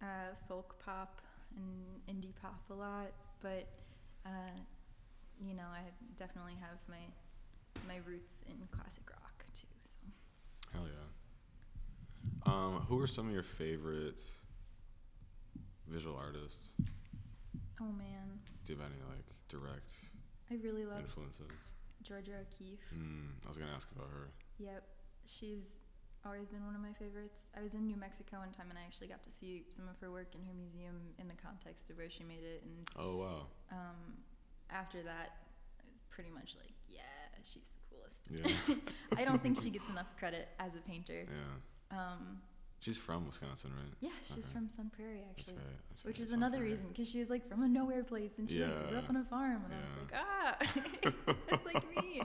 Speaker 3: uh, folk pop and indie pop a lot, but uh, you know, I definitely have my my roots in classic rock too. So
Speaker 1: Hell yeah. Um, who are some of your favorite visual artists?
Speaker 3: oh man,
Speaker 1: Do you have any like direct
Speaker 3: I really love
Speaker 1: influences? Hmm,
Speaker 3: Georgia O'Keeffe.
Speaker 1: Mm, I was gonna ask about her.
Speaker 3: Yep, she's always been one of my favorites. I was in New Mexico one time and I actually got to see some of her work in her museum in the context of where she made it. And
Speaker 1: Oh wow.
Speaker 3: um, after that, I was pretty much like, yeah, she's the coolest.
Speaker 1: Yeah.
Speaker 3: I don't think she gets enough credit as a painter.
Speaker 1: yeah.
Speaker 3: Um,
Speaker 1: She's from Wisconsin, right?
Speaker 3: yeah, she's
Speaker 1: Okay.
Speaker 3: from Sun Prairie
Speaker 1: That's
Speaker 3: actually.
Speaker 1: right. That's right.
Speaker 3: Which is
Speaker 1: That's on
Speaker 3: another
Speaker 1: Friday.
Speaker 3: reason, because she was like from a nowhere place and she like, grew up
Speaker 1: Yeah.
Speaker 3: on a farm, and I was like, ah, that's like me.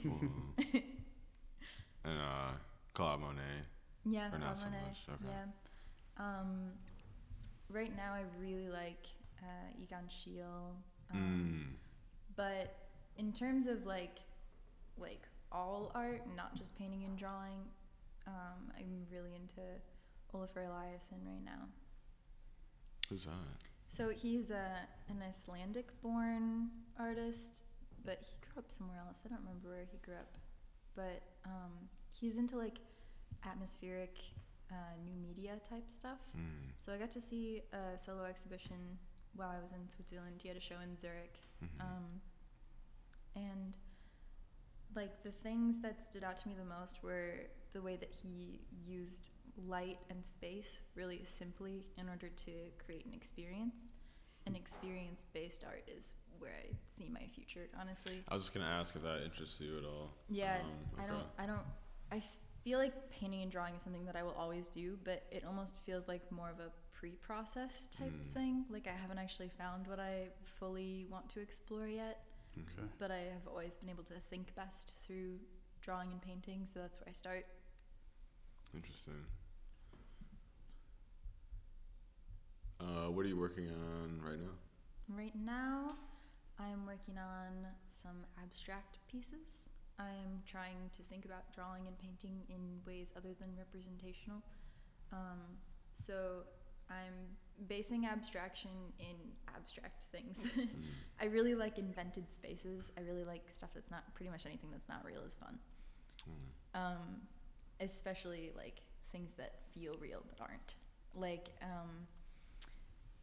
Speaker 1: Whoa. and uh, Claude Monet.
Speaker 3: Yeah,
Speaker 1: Or not so
Speaker 3: Oh, Monet,
Speaker 1: much, okay.
Speaker 3: Yeah. Um, right now, I really like uh, Egon Schiele, um,
Speaker 1: Mm.
Speaker 3: but in terms of like, like all art, not just painting and drawing, um, I'm really into Olafur Eliasson right now.
Speaker 1: Who's that?
Speaker 3: So he's a, an Icelandic born artist, but he grew up somewhere else. I don't remember where he grew up. But um, he's into like atmospheric uh, new media type stuff.
Speaker 1: Mm.
Speaker 3: So I got to see a solo exhibition while I was in Switzerland. He had a show in Zurich.
Speaker 1: Mhm.
Speaker 3: Um, and like the things that stood out to me the most were the way that he used light and space really simply in order to create an experience. And experience based art is where I see my future, honestly.
Speaker 1: I was just gonna ask if that interests you at all.
Speaker 3: Yeah,
Speaker 1: Um,
Speaker 3: I
Speaker 1: okay.
Speaker 3: don't, I don't, I feel like painting and drawing is something that I will always do, but it almost feels like more of a pre-process type
Speaker 1: Mm.
Speaker 3: thing. Like I haven't actually found what I fully want to explore yet,
Speaker 1: Mm.
Speaker 2: Okay.
Speaker 3: but I have always been able to think best through drawing and painting, so that's where I start.
Speaker 1: Interesting. Uh, what are you working on right now?
Speaker 3: Right now, I'm working on some abstract pieces. I'm trying to think about drawing and painting in ways other than representational. Um, so I'm basing abstraction in abstract things.
Speaker 1: Mm.
Speaker 3: I really like invented spaces. I really like stuff that's not pretty much anything that's not real is fun.
Speaker 1: Mm.
Speaker 3: Um, especially like things that feel real but aren't. Like um,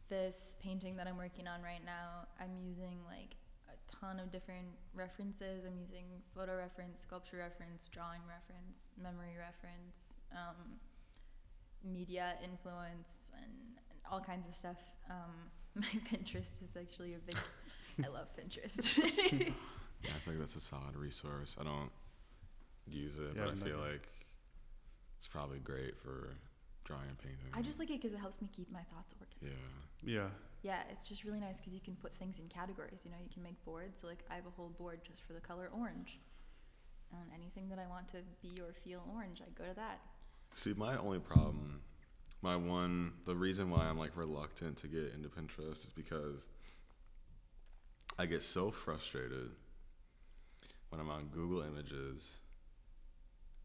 Speaker 3: this painting that I'm working on right now, I'm using like a ton of different references. I'm using photo reference, sculpture reference, drawing reference, memory reference, um, media influence, and, and all kinds of stuff. Um, my Pinterest is actually a big. I love Pinterest.
Speaker 1: Yeah, I feel like that's a solid resource. I don't use it,
Speaker 2: Yeah,
Speaker 1: but I
Speaker 2: I've
Speaker 1: feel
Speaker 2: never-
Speaker 1: like it's probably great for drawing and painting.
Speaker 3: I just like it because it helps me keep my thoughts
Speaker 1: yeah.
Speaker 3: organized.
Speaker 2: Yeah.
Speaker 3: Yeah, it's just really nice because you can put things in categories. You know, you can make boards. So, like, I have a whole board just for the color orange. And anything that I want to be or feel orange, I go to that.
Speaker 1: See, my only problem, my one, the reason why I'm like reluctant to get into Pinterest is because I get so frustrated when I'm on Google Images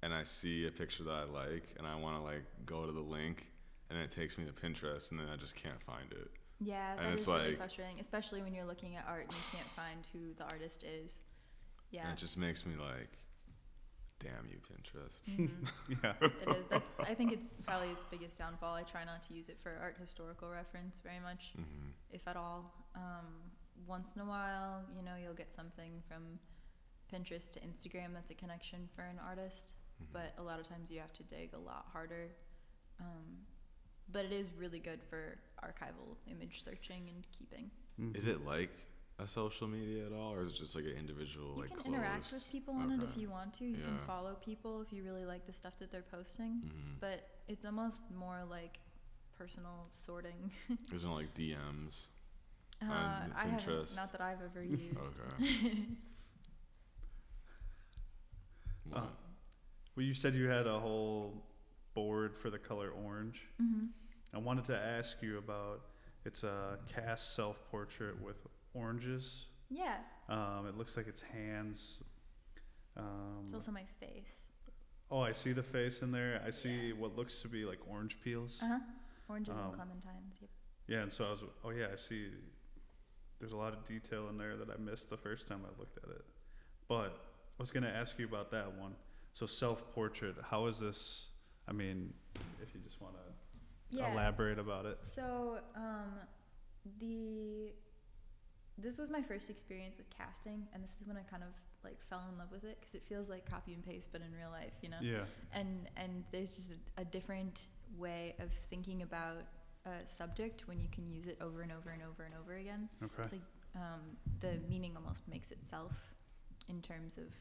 Speaker 1: and I see a picture that I like and I want to like go to the link and it takes me to Pinterest and then I just can't find it.
Speaker 3: Yeah,
Speaker 1: And
Speaker 3: that
Speaker 1: it's
Speaker 3: is really
Speaker 1: like-
Speaker 3: frustrating, especially when you're looking at art and you can't find who the artist is. Yeah,
Speaker 1: And it just makes me like, damn you, Pinterest.
Speaker 3: mhm,
Speaker 2: Yeah.
Speaker 3: it is. That's. I think it's probably its biggest downfall. I try not to use it for art historical reference very much.
Speaker 1: hmm
Speaker 3: if at all. Um, once in a while, you know, you'll get something from Pinterest to Instagram that's a connection for an artist,
Speaker 1: Mm-hmm.
Speaker 3: but a lot of times you have to dig a lot harder. Um, but it is really good for archival image searching and keeping.
Speaker 1: Is it like a social media at all, or is it just like an individual?
Speaker 3: You
Speaker 1: like
Speaker 3: can interact with
Speaker 1: closed-
Speaker 3: people on it if
Speaker 1: Okay.
Speaker 3: you want to. You can
Speaker 1: Yeah.
Speaker 3: follow people if you really like the stuff that they're posting,
Speaker 1: Mhm.
Speaker 3: but it's almost more like personal sorting.
Speaker 1: Isn't it like DMs?
Speaker 3: Uh,
Speaker 1: On
Speaker 3: I haven't,
Speaker 1: Pinterest.
Speaker 3: not that I've ever used.
Speaker 1: Okay.
Speaker 3: Oh,
Speaker 1: What?
Speaker 2: Uh, Well, you said you had a whole board for the color orange.
Speaker 3: hmm
Speaker 2: I wanted to ask you about it's a cast self portrait with oranges.
Speaker 3: Yeah,
Speaker 2: Um, it looks like it's hands. Um,
Speaker 3: It's also my face.
Speaker 2: oh, I see the face in there. I see what looks to be like orange peels.
Speaker 3: Uh huh. Oranges
Speaker 2: Um,
Speaker 3: and clementines. Yep.
Speaker 2: Yeah, and so I was. Oh yeah, I see. There's a lot of detail in there that I missed the first time I looked at it. But I was gonna ask you about that one. So self portrait. How is this? I mean, if you just want to elaborate about it.
Speaker 3: So um, the this was my first experience with casting, and this is when I kind of like fell in love with it because it feels like copy and paste, but in real life, you know.
Speaker 2: Yeah.
Speaker 3: And and there's just a, a different way of thinking about a subject when you can use it over and over and over and over again.
Speaker 2: Okay.
Speaker 3: It's like um, the meaning almost makes itself in terms of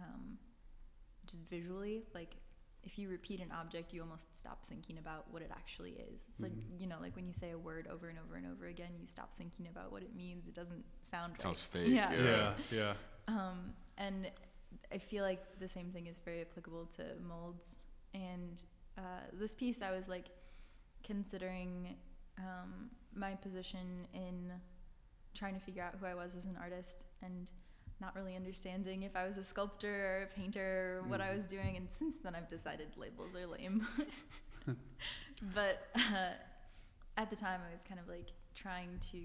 Speaker 3: um, just visually. Like if you repeat an object, you almost stop thinking about what it actually is. It's
Speaker 2: Mhm.
Speaker 3: like you know, like when you say a word over and over and over again, you stop thinking about what it means. It doesn't sound right.
Speaker 1: Sounds fake,
Speaker 2: Yeah.
Speaker 1: Yeah.
Speaker 2: Yeah. yeah.
Speaker 3: Um, and I feel like the same thing is very applicable to molds. And uh, this piece, I was like considering um, my position in trying to figure out who I was as an artist and not really understanding if I was a sculptor or a painter or what I
Speaker 2: Mhm.
Speaker 3: was doing. And since then, I've decided labels are lame. but uh, at the time, I was kind of like trying to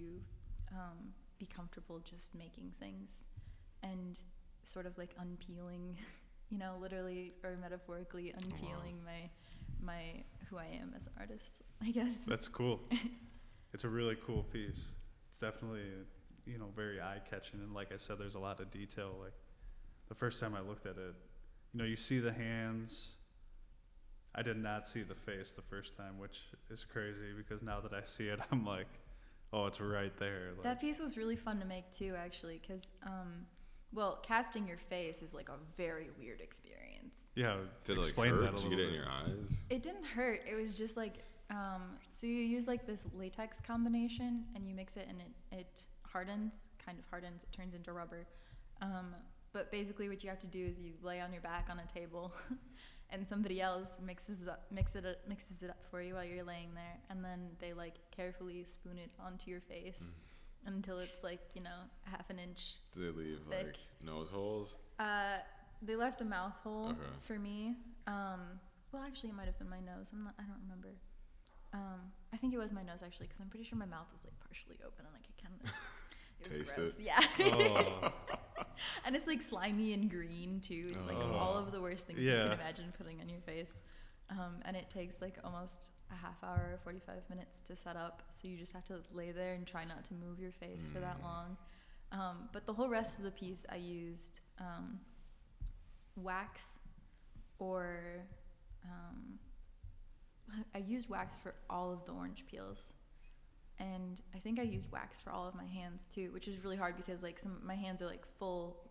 Speaker 3: um, be comfortable just making things and sort of like unpeeling, you know, literally or metaphorically unpeeling my my who I am as an artist, I guess.
Speaker 2: That's cool. it's a really cool piece. It's definitely, you know, very eye catching. And like I said, there's a lot of detail. Like the first time I looked at it, you know, you see the hands. I did not see the face the first time, which is crazy because now that I see it, I'm like, oh, it's right there. Like,
Speaker 3: That piece was really fun to make too, actually, because um, well, casting your face is like a very weird experience.
Speaker 2: yeah,
Speaker 1: Did it like
Speaker 2: explain
Speaker 1: hurt?
Speaker 2: that a
Speaker 1: Did
Speaker 2: little
Speaker 1: you get it
Speaker 2: bit.
Speaker 1: in your eyes?
Speaker 3: It didn't hurt. It was just like um, so you use like this latex combination and you mix it and it it hardens, kind of hardens. It turns into rubber. Um, but basically, what you have to do is you lay on your back on a table, and somebody else mixes up, mix it up, mixes it up for you while you're laying there, and then they like carefully spoon it onto your face until it's like you know half an inch
Speaker 1: Mm. Did they leave
Speaker 3: Thick.
Speaker 1: like nose holes?
Speaker 3: uh, they left a mouth hole
Speaker 1: Okay.
Speaker 3: for me. Um, well, actually, it might have been my nose. I'm not. I don't remember. Um, I think it was my nose actually, because I'm pretty sure my mouth was like partially open and like I kind of. It was
Speaker 1: Taste
Speaker 3: gross.
Speaker 1: it.
Speaker 3: Yeah.
Speaker 2: Oh,
Speaker 3: and it's like slimy and green too. It's like all of the worst things you
Speaker 2: Yeah.
Speaker 3: can imagine putting on your face. Um, and it takes like almost a half hour or 45 minutes to set up. So you just have to lay there and try not to move your face for that
Speaker 1: Mm.
Speaker 3: long. Um, but the whole rest of the piece, I used um, wax or. Um, I used wax for all of the orange peels. And I think I used wax for all of my hands too, which is really hard because like some my hands are like full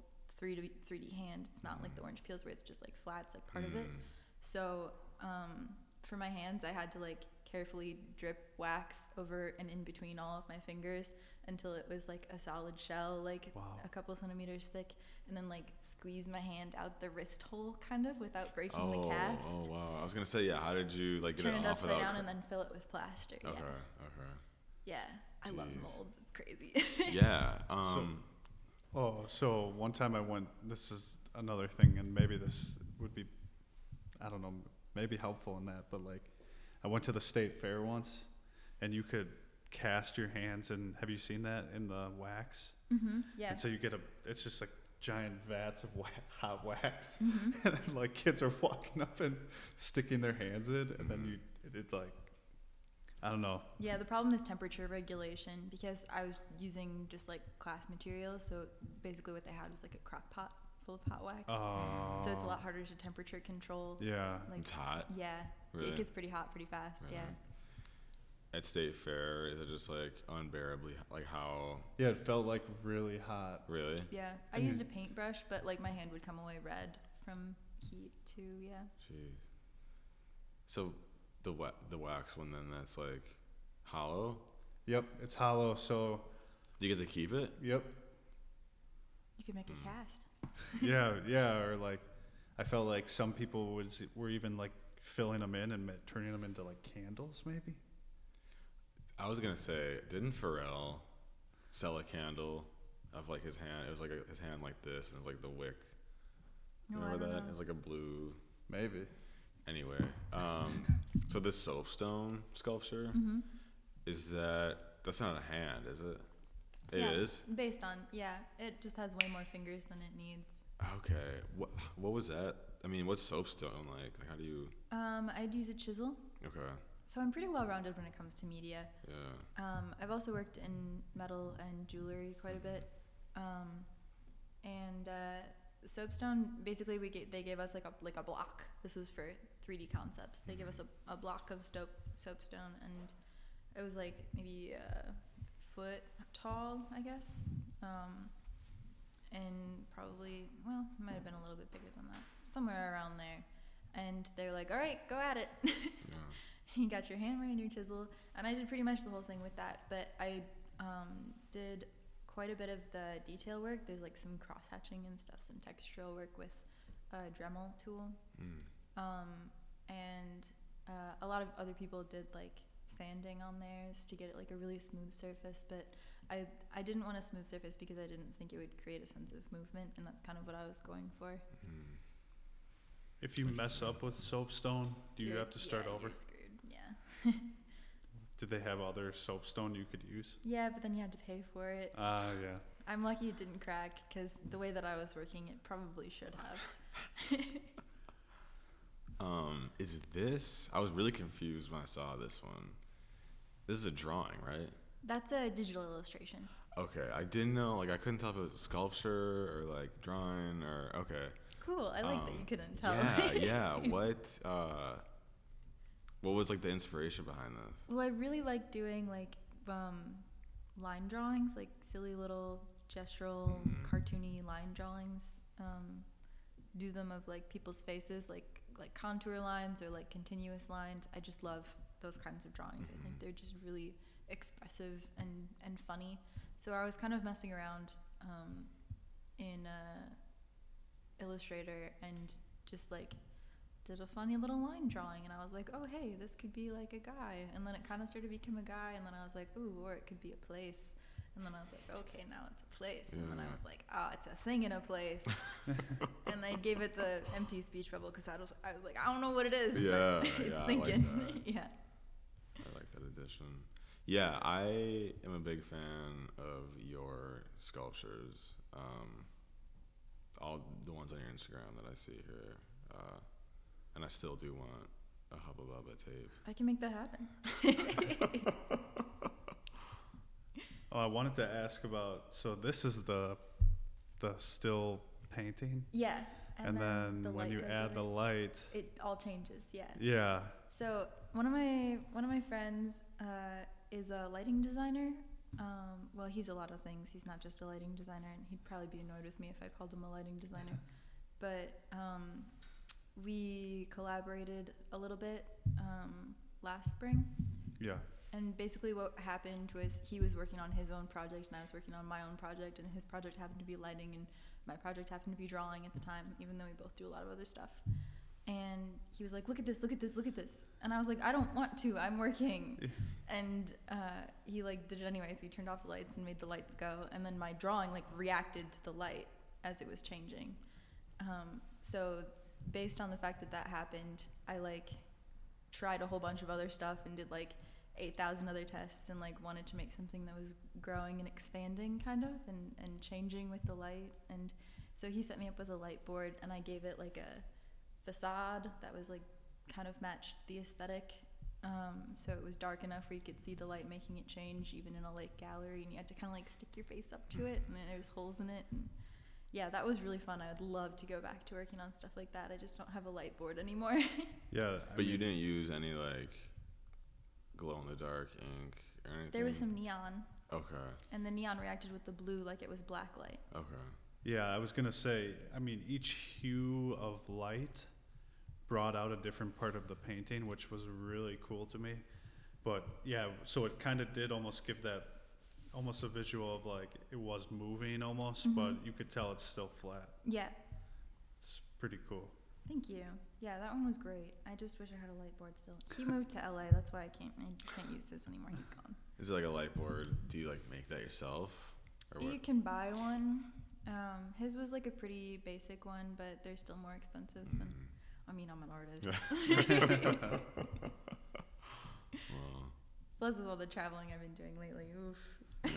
Speaker 3: 3D 3D hand. It's not like the orange peels where it's just like flat, it's like part of it.
Speaker 1: Mm.
Speaker 3: So um, for my hands, I had to like carefully drip wax over and in between all of my fingers until it was like a solid shell, like
Speaker 2: Wow.
Speaker 3: a couple centimeters thick, and then like squeeze my hand out the wrist hole kind of without breaking
Speaker 1: Oh,
Speaker 3: the cast.
Speaker 1: oh wow! I was gonna say yeah. How did you like get
Speaker 3: Turn it,
Speaker 1: it, off
Speaker 3: upside
Speaker 1: without?
Speaker 3: down
Speaker 1: cr-
Speaker 3: and then fill it with plaster.
Speaker 1: okay,
Speaker 3: Yeah.
Speaker 1: okay,
Speaker 3: Yeah. I love
Speaker 1: Jeez.
Speaker 3: molds. It's crazy.
Speaker 1: yeah. Um,
Speaker 2: Oh, so one time I went. This is another thing, and maybe this would be, I don't know, maybe helpful in that. But like, I went to the state fair once, and you could cast your hands. And have you seen that in the wax?
Speaker 3: hmm Yeah.
Speaker 2: And so you get a. It's just like giant vats of wa- hot wax,
Speaker 3: Mm-hmm.
Speaker 2: and then, like kids are walking up and sticking their hands in, and then
Speaker 1: Mhm.
Speaker 2: you.
Speaker 3: Mm-hmm.
Speaker 2: It, it like, I don't know.
Speaker 3: Yeah, the problem is temperature regulation because I was using just like class materials. So basically, what they had was like a crock pot full of hot wax.
Speaker 2: Oh.
Speaker 3: so it's a lot harder to temperature control.
Speaker 2: Yeah.
Speaker 3: Like,
Speaker 1: it's hot.
Speaker 3: Yeah,
Speaker 1: Really?
Speaker 3: it gets pretty hot pretty fast.
Speaker 1: Right
Speaker 3: Yeah.
Speaker 1: on. At State Fair, is it just like unbearably h- like how
Speaker 2: Yeah, it felt like really hot.
Speaker 1: really?
Speaker 3: Yeah. I
Speaker 2: And
Speaker 3: used a
Speaker 2: you-
Speaker 3: paintbrush, but like my hand would come away red from heat too. Yeah.
Speaker 1: Jeez. So the wa- the wax one then that's like hollow.
Speaker 2: Yep, it's hollow. So
Speaker 1: Do you get to keep it?
Speaker 2: Yep.
Speaker 3: You could make
Speaker 1: Mm.
Speaker 3: a cast.
Speaker 2: Yeah, yeah. Or like, I felt like some people was were even like filling them in and ma- turning them into like candles, maybe.
Speaker 1: I was gonna say, didn't Pharrell sell a candle of like his hand? It was like a, his hand like this, and it was like the wick.
Speaker 3: No, Oh, I
Speaker 1: Remember
Speaker 3: don't
Speaker 1: that? It
Speaker 3: know.
Speaker 1: was like a blue.
Speaker 2: Maybe.
Speaker 1: Anyway, um, so this soapstone sculpture
Speaker 3: Mhm.
Speaker 1: is that? That's not a hand, is it? It is.
Speaker 3: Yeah. Based on yeah, it just has way more fingers than it needs.
Speaker 1: Okay. What What was that? I mean, what's soapstone like? Like, how do you?
Speaker 3: Um, I'd use a chisel.
Speaker 1: Okay.
Speaker 3: So I'm pretty well rounded when it comes to media.
Speaker 1: Yeah.
Speaker 3: Um, I've also worked in metal and jewelry quite a bit, um, and uh, Soapstone basically we ga- they gave us like a like a block. This was for 3D concepts. They gave us a, a block of soap soapstone, and it was like maybe a foot tall, I guess, um, and probably well, it might have been a little bit bigger than that, somewhere around there. And they're like, "All right, go at it."
Speaker 1: Yeah.
Speaker 3: you got your hammer and your chisel and i did pretty much the whole thing with that but i um, did quite a bit of the detail work there's like some cross hatching and stuff some textural work with a dremel tool
Speaker 1: Mm.
Speaker 3: um, and uh, a lot of other people did like sanding on theirs to get it like a really smooth surface but i i didn't want a smooth surface because i didn't think it would create a sense of movement and that's kind of what i was going for
Speaker 1: Mm.
Speaker 2: If you mess up with soapstone, do you
Speaker 3: You're-
Speaker 2: have to start
Speaker 3: yeah,
Speaker 2: over?
Speaker 3: you're screwed. yeah
Speaker 2: Did they have other soapstone you could use?
Speaker 3: yeah but then you had to pay for it
Speaker 2: Ah, yeah.
Speaker 3: I'm lucky it didn't crack because the way that I was working, it probably should have.
Speaker 1: Um, is this? I was really confused when I saw this one. This is a drawing, right?
Speaker 3: That's a digital illustration.
Speaker 1: Okay, I didn't know. Like, I couldn't tell if it was a sculpture or like drawing or okay.
Speaker 3: Cool. I like that you
Speaker 1: Um,
Speaker 3: couldn't tell.
Speaker 1: Yeah, yeah. What? Uh, what was like the inspiration behind this?
Speaker 3: well, I really like doing like um, line drawings, like silly little gestural,
Speaker 1: Mhm.
Speaker 3: cartoony line drawings. Um, do them of like people's faces, like like contour lines or like continuous lines. I just love those kinds of drawings. I think
Speaker 1: Mhm.
Speaker 3: they're just really expressive and and funny. So I was kind of messing around um, in uh, Illustrator and just like did a funny little line drawing, and I was like, oh hey, this could be like a guy, and then it kind of started to become a guy, and then I was like, ooh, or it could be a place, and then I was like, okay, now it's a place, and then I
Speaker 1: Yeah.
Speaker 3: was like, ah, it's a thing in a place, and I gave it the empty speech bubble because I was I was like, I don't know what it is,
Speaker 1: Yeah,
Speaker 3: but it's
Speaker 1: yeah, I like
Speaker 3: thinking,
Speaker 1: that.
Speaker 3: yeah.
Speaker 1: I like that addition. Yeah, I am a big fan of your sculptures. Um, all the ones on your Instagram that I see here, uh, and I still do want a Hubba Bubba tape.
Speaker 3: I can make that happen.
Speaker 2: Oh, I wanted to ask about. So this is the, the still painting,
Speaker 3: Yeah.
Speaker 2: and, then,
Speaker 3: the
Speaker 2: when
Speaker 3: light
Speaker 2: you
Speaker 3: goes
Speaker 2: add
Speaker 3: over.
Speaker 2: the light,
Speaker 3: it all changes yeah
Speaker 2: yeah.
Speaker 3: so one of my one of my friends uh, is a lighting designer um, well he's a lot of things he's not just a lighting designer and he'd probably be annoyed with me if i called him a lighting designer but um, we collaborated a little bit um, last spring
Speaker 2: Yeah.
Speaker 3: and basically, what happened was he was working on his own project, and I was working on my own project, and his project happened to be lighting, and my project happened to be drawing at the time, even though we both do a lot of other stuff. And he was like, Look at this, look at this, look at this. And I was like, I don't want to, I'm working.
Speaker 2: Yeah.
Speaker 3: and uh, he like did it anyways. He turned off the lights and made the lights go, and then my drawing like reacted to the light as it was changing. Um, so, based on the fact that that happened, I like tried a whole bunch of other stuff and did like 8,000 other tests and like wanted to make something that was growing and expanding kind of and, and changing with the light. And so he set me up with a light board and I gave it like a facade that was like kind of matched the aesthetic. Um, so it was dark enough where you could see the light making it change even in a light gallery and you had to kind of like stick your face up to it and then there's holes in it. And yeah, that was really fun. I would love to go back to working on stuff like that. I just don't have a light board anymore.
Speaker 2: Yeah. I
Speaker 1: But you
Speaker 2: mean,
Speaker 1: didn't use any like glow in the dark ink or anything.
Speaker 3: there was some neon
Speaker 1: Okay.
Speaker 3: and the neon reacted with the blue like it was black light.
Speaker 1: Okay.
Speaker 2: Yeah, I was gonna say. I mean, each hue of light brought out a different part of the painting, which was really cool to me. But yeah, so it kind of did almost give that almost a visual of like it was moving almost,
Speaker 3: Mm-hmm.
Speaker 2: but you could tell it's still flat.
Speaker 3: Yeah,
Speaker 2: It's pretty cool.
Speaker 3: Thank you. Yeah, that one was great. I just wish I had a light board still. He moved to LA. That's why I can't. I can't use his anymore. He's gone.
Speaker 1: Is it like a light board? Do you like make that yourself? Or
Speaker 3: You
Speaker 1: what?
Speaker 3: can buy one. Um, his was like a pretty basic one, but they're still more expensive. Than,
Speaker 1: Mm.
Speaker 3: I mean, I'm an artist.
Speaker 1: Yeah. Well,
Speaker 3: Plus, with all the traveling I've been doing lately, oof.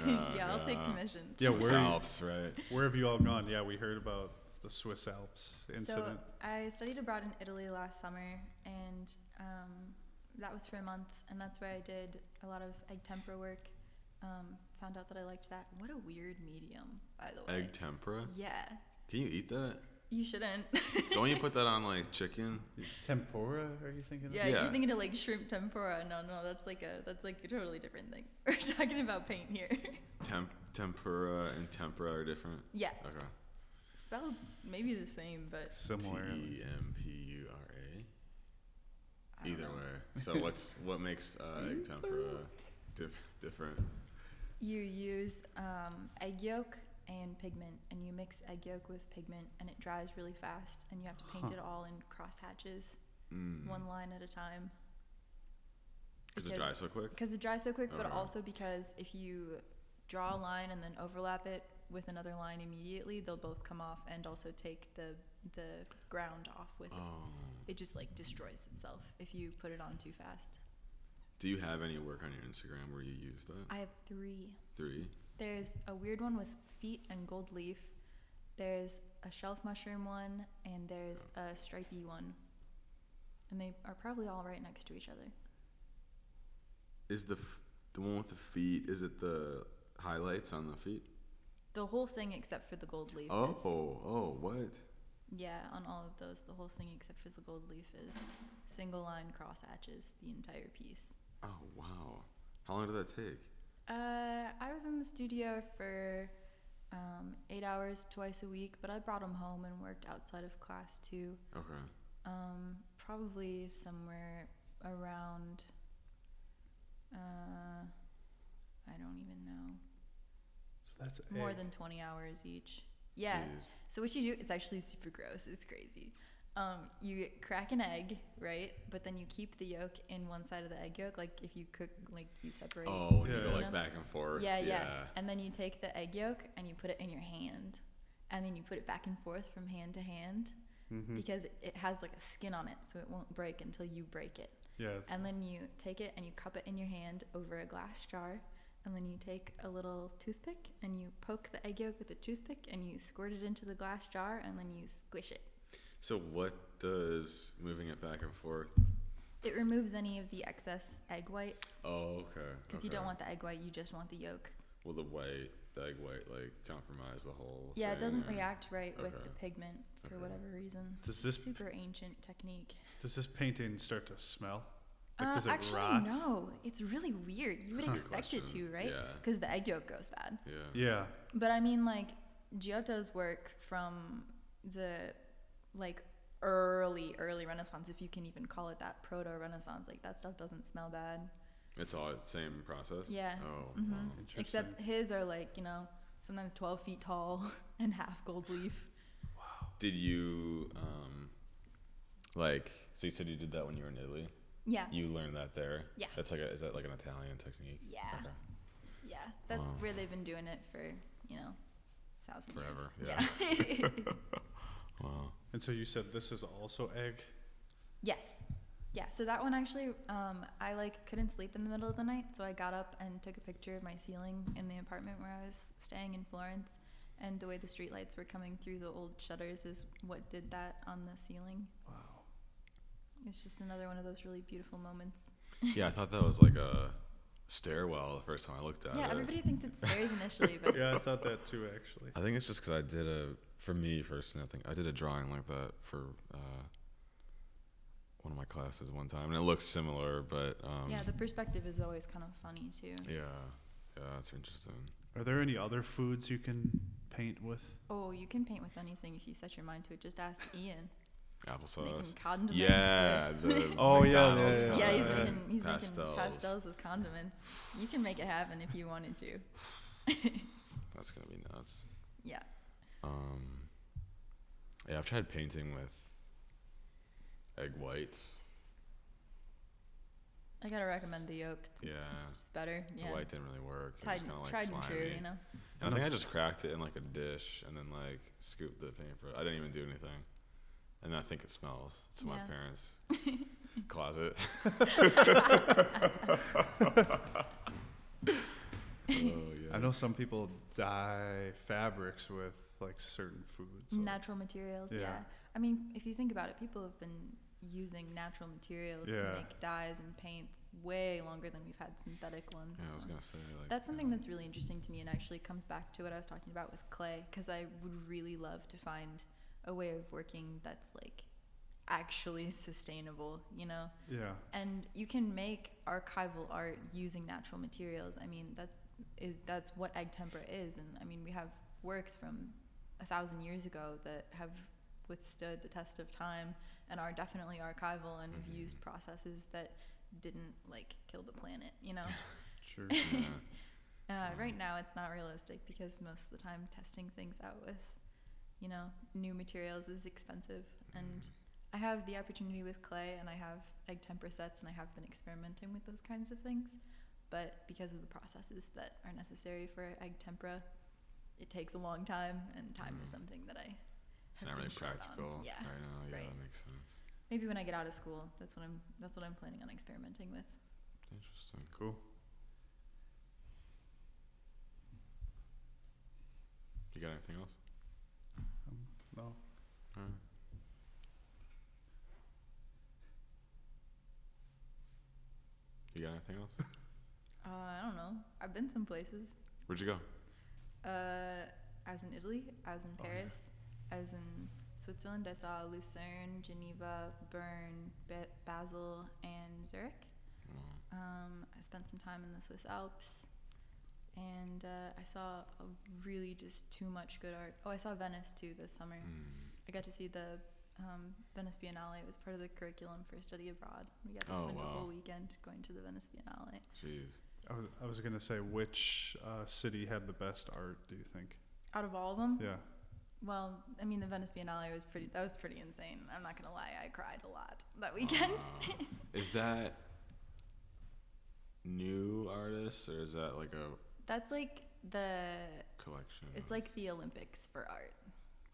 Speaker 1: yeah,
Speaker 3: yeah, I'll take
Speaker 1: yeah.
Speaker 3: commissions.
Speaker 2: Yeah,
Speaker 1: Swiss
Speaker 2: where-
Speaker 1: Alps, right?
Speaker 2: Where have you all gone? Yeah, we heard about the Swiss Alps incident.
Speaker 3: So I studied abroad in Italy last summer, and um, that was for a month, and that's where I did a lot of egg tempera work. Um, found out that I liked that. What a weird medium, by the way.
Speaker 1: Egg tempura?
Speaker 3: yeah,
Speaker 1: Can you eat that?
Speaker 3: you shouldn't.
Speaker 1: Don't you put that on like chicken?
Speaker 2: Tempura? Are you thinking?
Speaker 3: yeah,
Speaker 1: Yeah.
Speaker 3: you're thinking of like shrimp tempura. No, no, that's like a that's like a totally different thing. We're talking about paint here.
Speaker 1: Temp tempura and tempura are different.
Speaker 3: yeah,
Speaker 1: Okay.
Speaker 3: spelled maybe the same, but
Speaker 2: Of? Similar. at
Speaker 1: T
Speaker 2: least.
Speaker 1: E M P U R A.
Speaker 3: I don't
Speaker 1: Either
Speaker 3: know.
Speaker 1: way. So what's what makes uh, egg tempura dif- different?
Speaker 3: You use um, egg yolk and pigment, and you mix egg yolk with pigment, and it dries really fast. And you have to paint
Speaker 2: Huh.
Speaker 3: it all in cross hatches,
Speaker 1: Mm.
Speaker 3: one line at a time.
Speaker 1: Does it dry so quick?
Speaker 3: Because it dries so quick, but
Speaker 1: Oh.
Speaker 3: also because if you draw a line and then overlap it with another line immediately, they'll both come off, and also take the the ground off with it.
Speaker 1: Oh.
Speaker 3: It just like destroys itself if you put it on too fast.
Speaker 1: Do you have any work on your Instagram where you use that?
Speaker 3: I have three.
Speaker 1: Three.
Speaker 3: There's a weird one with feet and gold leaf. There's a shelf mushroom one, and there's a stripey one. And they are probably all right next to each other.
Speaker 1: Is the f- the one with the feet? Is it the highlights on the feet?
Speaker 3: The whole thing except for the gold leaf.
Speaker 1: Oh,
Speaker 3: Is,
Speaker 1: oh, what?
Speaker 3: yeah, on all of those, the whole thing except for the gold leaf is single line cross hatches, the entire piece.
Speaker 1: Oh, wow. How long did that take?
Speaker 3: Uh, I was in the studio for um, eight hours twice a week, but I brought them home and worked outside of class too.
Speaker 1: Okay.
Speaker 3: Um, probably somewhere around. Uh, I don't even know.
Speaker 2: So that's
Speaker 3: More
Speaker 2: egg.
Speaker 3: than twenty hours each. Yeah. So what you do? It's actually super gross. It's crazy. Um, you crack an egg, right? But then you keep the yolk in one side of the egg yolk, like if you cook, like you separate.
Speaker 1: Oh, when you
Speaker 2: Yeah.
Speaker 1: go like
Speaker 3: Yeah.
Speaker 1: back and forth.
Speaker 3: Yeah, yeah, And then you take the egg yolk and you put it in your hand, and then you put it back and forth from hand to hand
Speaker 2: Mhm.
Speaker 3: because it has like a skin on it, so it won't break until you break it.
Speaker 2: Yeah. It's,
Speaker 3: And then you take it and you cup it in your hand over a glass jar. And then you take a little toothpick and you poke the egg yolk with a toothpick and you squirt it into the glass jar and then you squish it.
Speaker 1: So what does moving it back and forth?
Speaker 3: It removes any of the excess egg white
Speaker 1: Oh, okay.
Speaker 3: because you don't want the egg white, you just want the yolk.
Speaker 1: Well, the white, the egg white, like compromise the whole.
Speaker 3: Yeah, it
Speaker 1: thing,
Speaker 3: doesn't
Speaker 1: or-
Speaker 3: react right with
Speaker 1: Okay.
Speaker 3: the pigment for
Speaker 1: Okay.
Speaker 3: whatever reason.
Speaker 2: Does this-
Speaker 3: super ancient technique?
Speaker 2: does this painting start to smell? Like,
Speaker 3: Uh,
Speaker 2: does it
Speaker 3: actually,
Speaker 2: rot?
Speaker 3: no. It's really weird. You would
Speaker 1: That's a good
Speaker 3: expect it
Speaker 1: question.
Speaker 3: to, right?
Speaker 1: Yeah.
Speaker 3: Because the egg yolk goes bad.
Speaker 1: Yeah.
Speaker 2: Yeah.
Speaker 3: But I mean, like Giotto's work from the like early, early Renaissance, if you can even call it that, proto Renaissance. Like that stuff doesn't smell bad.
Speaker 1: It's all the same process.
Speaker 3: Yeah.
Speaker 1: Oh.
Speaker 3: Mhm.
Speaker 1: wow.
Speaker 2: Interesting.
Speaker 3: Except his are like you know sometimes twelve feet tall and half gold leaf.
Speaker 1: Did you um, like? So you said you did that when you were in Italy.
Speaker 3: Yeah,
Speaker 1: You learned that there.
Speaker 3: Yeah.
Speaker 1: That's like a, is that like an Italian technique?
Speaker 3: yeah,
Speaker 1: Okay.
Speaker 3: yeah. That's
Speaker 1: Wow.
Speaker 3: where they've been doing it for you know thousand
Speaker 1: Forever,
Speaker 3: years. Yeah.
Speaker 1: Wow.
Speaker 2: And so you said this is also egg.
Speaker 3: Yes. Yeah, so that one actually, um, I like couldn't sleep in the middle of the night, so I got up and took a picture of my ceiling in the apartment where I was staying in Florence, and the way the streetlights were coming through the old shutters is what did that on the ceiling.
Speaker 2: Wow.
Speaker 3: It's just another one of those really beautiful moments.
Speaker 1: Yeah, I thought that was like a stairwell the first time I looked at
Speaker 3: yeah,
Speaker 1: it.
Speaker 3: everybody thinks it's stairs initially, but
Speaker 2: Yeah, I thought that too actually.
Speaker 1: I think it's just because I did a, for me personally, I think I did a drawing like that for uh, one of my classes one time, and it looks similar, but um,
Speaker 3: yeah, the perspective is always kind of funny too.
Speaker 1: yeah, yeah, that's interesting.
Speaker 2: Are there any other foods you can paint with?
Speaker 3: Oh, you can paint with anything if you set your mind to it. Just ask Ian making
Speaker 1: Applesauce.
Speaker 3: condiments.
Speaker 1: Yeah,
Speaker 3: with-
Speaker 1: the
Speaker 2: Oh, yeah, yeah,
Speaker 1: McDonald's
Speaker 2: yeah,
Speaker 3: Yeah, he's
Speaker 2: Uh,
Speaker 1: kinda
Speaker 3: making he's
Speaker 1: pastels.
Speaker 3: making pastels with condiments. You can make it happen if you wanted to.
Speaker 1: That's gonna be nuts.
Speaker 3: Yeah.
Speaker 1: Um, yeah, I've tried painting with egg whites.
Speaker 3: I gotta recommend the yolk. It's,
Speaker 1: Yeah,
Speaker 3: it's just better.
Speaker 1: the
Speaker 3: Yeah.
Speaker 1: white didn't really work. It
Speaker 3: tried,
Speaker 1: was kind of like
Speaker 3: tried and
Speaker 1: slimy.
Speaker 3: true, you know.
Speaker 1: And I think I just cracked it in like a dish and then like scooped the paintbrush. I didn't even do anything. And I think it smells. It's in my
Speaker 3: Yeah.
Speaker 1: parents' closet. oh yeah.
Speaker 2: I know some people dye fabrics with like certain foods. like-
Speaker 3: Natural materials, yeah.
Speaker 2: Yeah.
Speaker 3: I mean, if you think about it, people have been using natural materials
Speaker 2: Yeah.
Speaker 3: to make dyes and paints way longer than we've had synthetic ones.
Speaker 1: Yeah, I was gonna say like
Speaker 3: that's something
Speaker 1: um,
Speaker 3: that's really interesting to me and actually comes back to what I was talking about with clay because I would really love to find a way of working that's like actually sustainable, you know?
Speaker 2: yeah.
Speaker 3: and you can make archival art using natural materials i mean that's is that's what egg tempera is and i mean we have works from a thousand years ago that have withstood the test of time and are definitely archival and have
Speaker 1: Mhm.
Speaker 3: used processes that didn't like kill the planet you know
Speaker 2: Sure.
Speaker 1: yeah.
Speaker 3: uh, right
Speaker 1: Mhm.
Speaker 3: now it's not realistic because most of the time testing things out with you know new materials is expensive
Speaker 1: Mm-hmm.
Speaker 3: and I have the opportunity with clay and I have egg tempera sets and I have been experimenting with those kinds of things. But because of the processes that are necessary for egg tempera, it takes a long time and time is
Speaker 1: Mm.
Speaker 3: something that I
Speaker 1: It's
Speaker 3: have
Speaker 1: not
Speaker 3: been
Speaker 1: really
Speaker 3: short on.
Speaker 1: practical
Speaker 3: Yeah.
Speaker 1: right now. Yeah,
Speaker 3: right.
Speaker 1: that makes sense.
Speaker 3: Maybe when I get out of school, that's what I'm that's what I'm planning on experimenting with.
Speaker 1: Interesting.
Speaker 2: cool.
Speaker 1: You got anything else?
Speaker 2: Um, no.
Speaker 1: All right. You got anything else?
Speaker 3: Uh, I don't know. I've been some places.
Speaker 1: Where'd you go?
Speaker 3: Uh, I was in Italy. I was in
Speaker 2: Oh, yeah.
Speaker 3: Paris. I was in Switzerland. I saw Lucerne, Geneva, Bern, Ba Basel, and Zurich.
Speaker 1: Well,
Speaker 3: Um, I spent some time in the Swiss Alps, and uh, I saw a really just too much good art. Oh, I saw Venice too this summer.
Speaker 1: mm.
Speaker 3: I got to see the um, Venice Biennale. It was part of the curriculum for study abroad. We got to
Speaker 1: Oh,
Speaker 3: spend a whole
Speaker 1: wow.
Speaker 3: weekend going to the Venice Biennale.
Speaker 1: Jeez.
Speaker 2: I was I was gonna say which uh, city had the best art? Do you think?
Speaker 3: Out of all of them,
Speaker 2: Yeah.
Speaker 3: well, I mean, the Venice Biennale was pretty. That was pretty insane. I'm not gonna lie. I cried a lot that weekend.
Speaker 1: Wow. is that new artists or is that like a
Speaker 3: That's like the.
Speaker 1: collection?
Speaker 3: It's
Speaker 1: of-
Speaker 3: like the Olympics for art.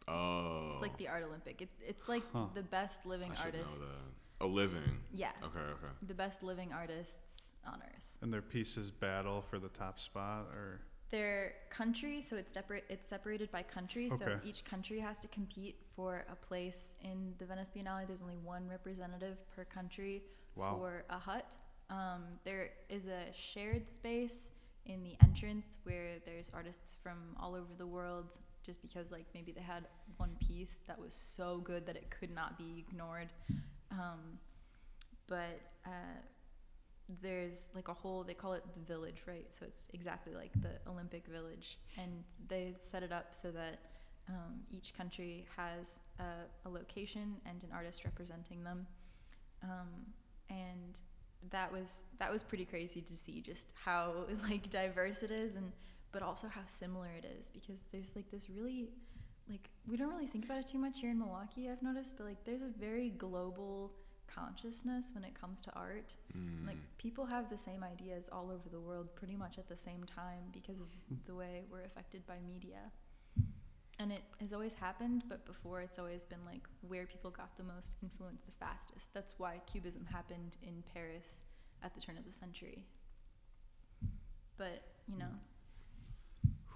Speaker 1: oh,
Speaker 3: It's like the art Olympic. It, it's like
Speaker 2: Huh.
Speaker 3: the best living
Speaker 1: I should know
Speaker 3: artists.
Speaker 1: that. Oh, living.
Speaker 3: Yeah,
Speaker 1: Okay, okay.
Speaker 3: the best living artists on earth.
Speaker 2: And their pieces battle for the top spot, or
Speaker 3: They're country, so it's separ- it's separated by country. So
Speaker 2: Okay.
Speaker 3: each country has to compete for a place in the Venice Biennale. There's only one representative per country
Speaker 2: Wow.
Speaker 3: for a hut. Um, there is a shared space in the entrance where there's artists from all over the world. Just because, like, maybe they had one piece that was so good that it could not be ignored. Um, but uh, there's like a whole they call it the village right so it's exactly like the olympic village and they set it up so that um, each country has a, a location and an artist representing them um, and that was that was pretty crazy to see just how like diverse it is and but also how similar it is because there's like this really like we don't really think about it too much here in Milwaukee I've noticed but like there's a very global consciousness when it comes to art
Speaker 1: Mm.
Speaker 3: like people have the same ideas all over the world pretty much at the same time because of the way we're affected by media. And it has always happened, but before it's always been like where people got the most influence the fastest. That's why Cubism happened in Paris at the turn of the century. But, you know,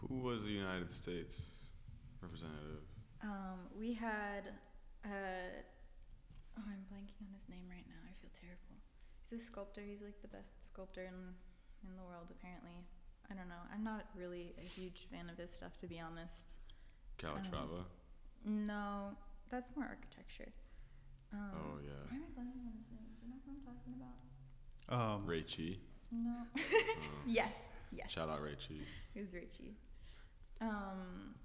Speaker 1: Who was the United States representative?
Speaker 3: um, we had, uh, oh, I'm blanking on his name right now. I feel terrible. He's a sculptor. He's like the best sculptor in in the world, apparently. I don't know. I'm not really a huge fan of his stuff, to be honest.
Speaker 1: Calatrava.
Speaker 3: No, that's more architecture. Um,
Speaker 1: oh
Speaker 3: Why
Speaker 1: yeah.
Speaker 3: am I blanking on his name? Do you know who I'm talking about?
Speaker 2: um,
Speaker 1: Ray Chi.
Speaker 3: No.
Speaker 1: Um,
Speaker 3: yes. Yes.
Speaker 1: Shout out Ray Chi.
Speaker 3: It was Richie. Um,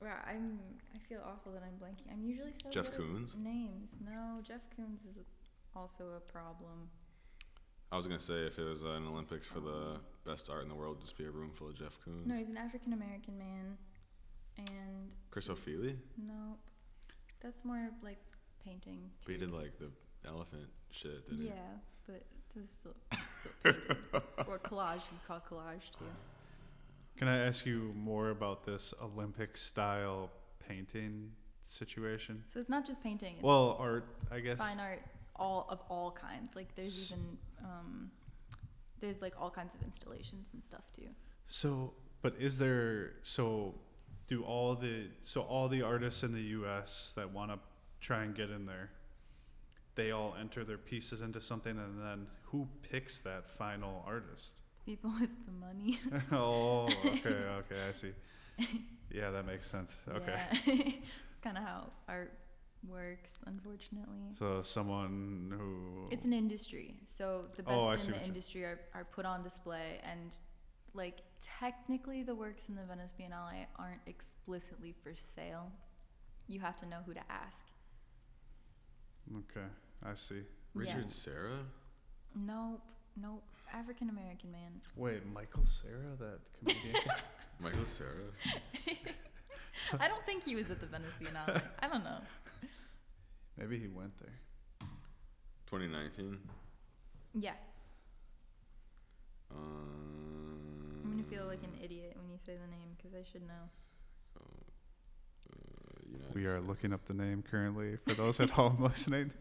Speaker 3: wow, I'm. I feel awful that I'm blanking. I'm usually so
Speaker 1: Jeff
Speaker 3: good at
Speaker 1: Koons?
Speaker 3: names. No, Jeff Koons is also a problem.
Speaker 1: I was gonna say if it was uh, an Olympics for the best art in the world, just be a room full of Jeff Koons.
Speaker 3: No, he's an African American man, and
Speaker 1: Chris
Speaker 3: he's-
Speaker 1: O'Feely.
Speaker 3: Nope, that's more like painting.
Speaker 1: But he did
Speaker 3: too.
Speaker 1: like the elephant shit, didn't
Speaker 3: Yeah, but it was still, still painting or collage. We call collage too.
Speaker 2: Can I ask you more about this Olympic style painting situation?
Speaker 3: So it's not just painting. It's
Speaker 2: well, art, I guess.
Speaker 3: fine art all of all kinds like
Speaker 2: S-
Speaker 3: there's even um, there's like all kinds of installations and stuff too
Speaker 2: So, but is there so do all the so all the artists in the U.S. that want to try and get in there, they all enter their pieces into something, and then who picks that final artist?
Speaker 3: People with the money.
Speaker 2: oh, okay, okay, I see. Yeah, that makes sense. Okay.
Speaker 3: Yeah. it's kind of how art works, unfortunately.
Speaker 2: So someone who
Speaker 3: It's an industry, so the best
Speaker 2: Oh, I see
Speaker 3: in
Speaker 2: what
Speaker 3: the
Speaker 2: you-
Speaker 3: industry are, are put on display, and like technically, the works in the Venice Biennale aren't explicitly for sale. You have to know who to ask.
Speaker 2: okay, I see.
Speaker 1: Richard
Speaker 3: Yeah.
Speaker 1: Sarah?
Speaker 3: Nope, nope. African American man.
Speaker 2: Wait, Michael Sarah, that comedian.
Speaker 1: Michael Sarah?
Speaker 3: I don't think he was at the Venice Biennale. I don't know.
Speaker 2: Maybe he went there.
Speaker 1: 2019?
Speaker 3: Yeah,
Speaker 1: Um,
Speaker 3: I'm gonna feel like an idiot when you say the name because I should know.
Speaker 1: uh, United
Speaker 2: We are
Speaker 1: States.
Speaker 2: looking up the name currently for those at home listening.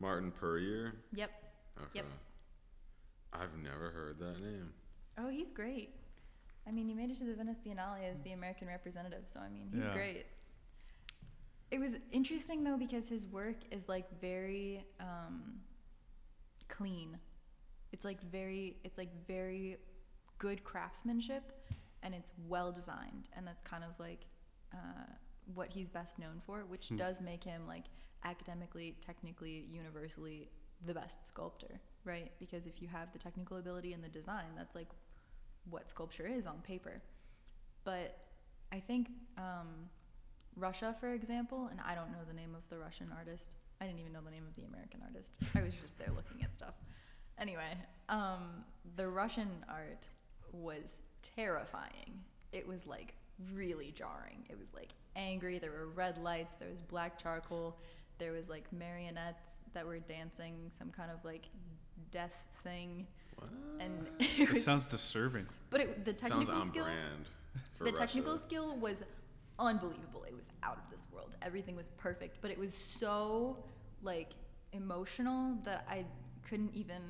Speaker 1: Martin Perrier?
Speaker 3: Yep.
Speaker 1: Okay.
Speaker 3: Yep.
Speaker 1: I've never heard that name.
Speaker 3: Oh, he's great. I mean, he made it to the Venice Biennale as the American representative, so I mean, he's
Speaker 2: Yeah.
Speaker 3: great. It was interesting though because his work is like very um, clean. It's like very, it's like very good craftsmanship, and it's well designed, and that's kind of like uh, what he's best known for, which
Speaker 2: Hmm.
Speaker 3: does make him like academically, technically, universally the best sculptor, right? Because if you have the technical ability and the design, that's like what sculpture is on paper. But I think um, Russia, for example, and I don't know the name of the Russian artist. I didn't even know the name of the American artist. I was just there looking at stuff. Anyway, um, the Russian art was terrifying. It was like really jarring. It was like angry. There were red lights. There was black charcoal. There was like marionettes that were dancing some kind of like death thing.
Speaker 1: What?
Speaker 3: And it
Speaker 2: It
Speaker 3: was,
Speaker 2: sounds disturbing.
Speaker 3: but it, the technical
Speaker 1: Sounds on
Speaker 3: skill
Speaker 1: brand. For
Speaker 3: the
Speaker 1: Russia.
Speaker 3: technical skill was unbelievable. It was out of this world. Everything was perfect, but it was so like emotional that I couldn't even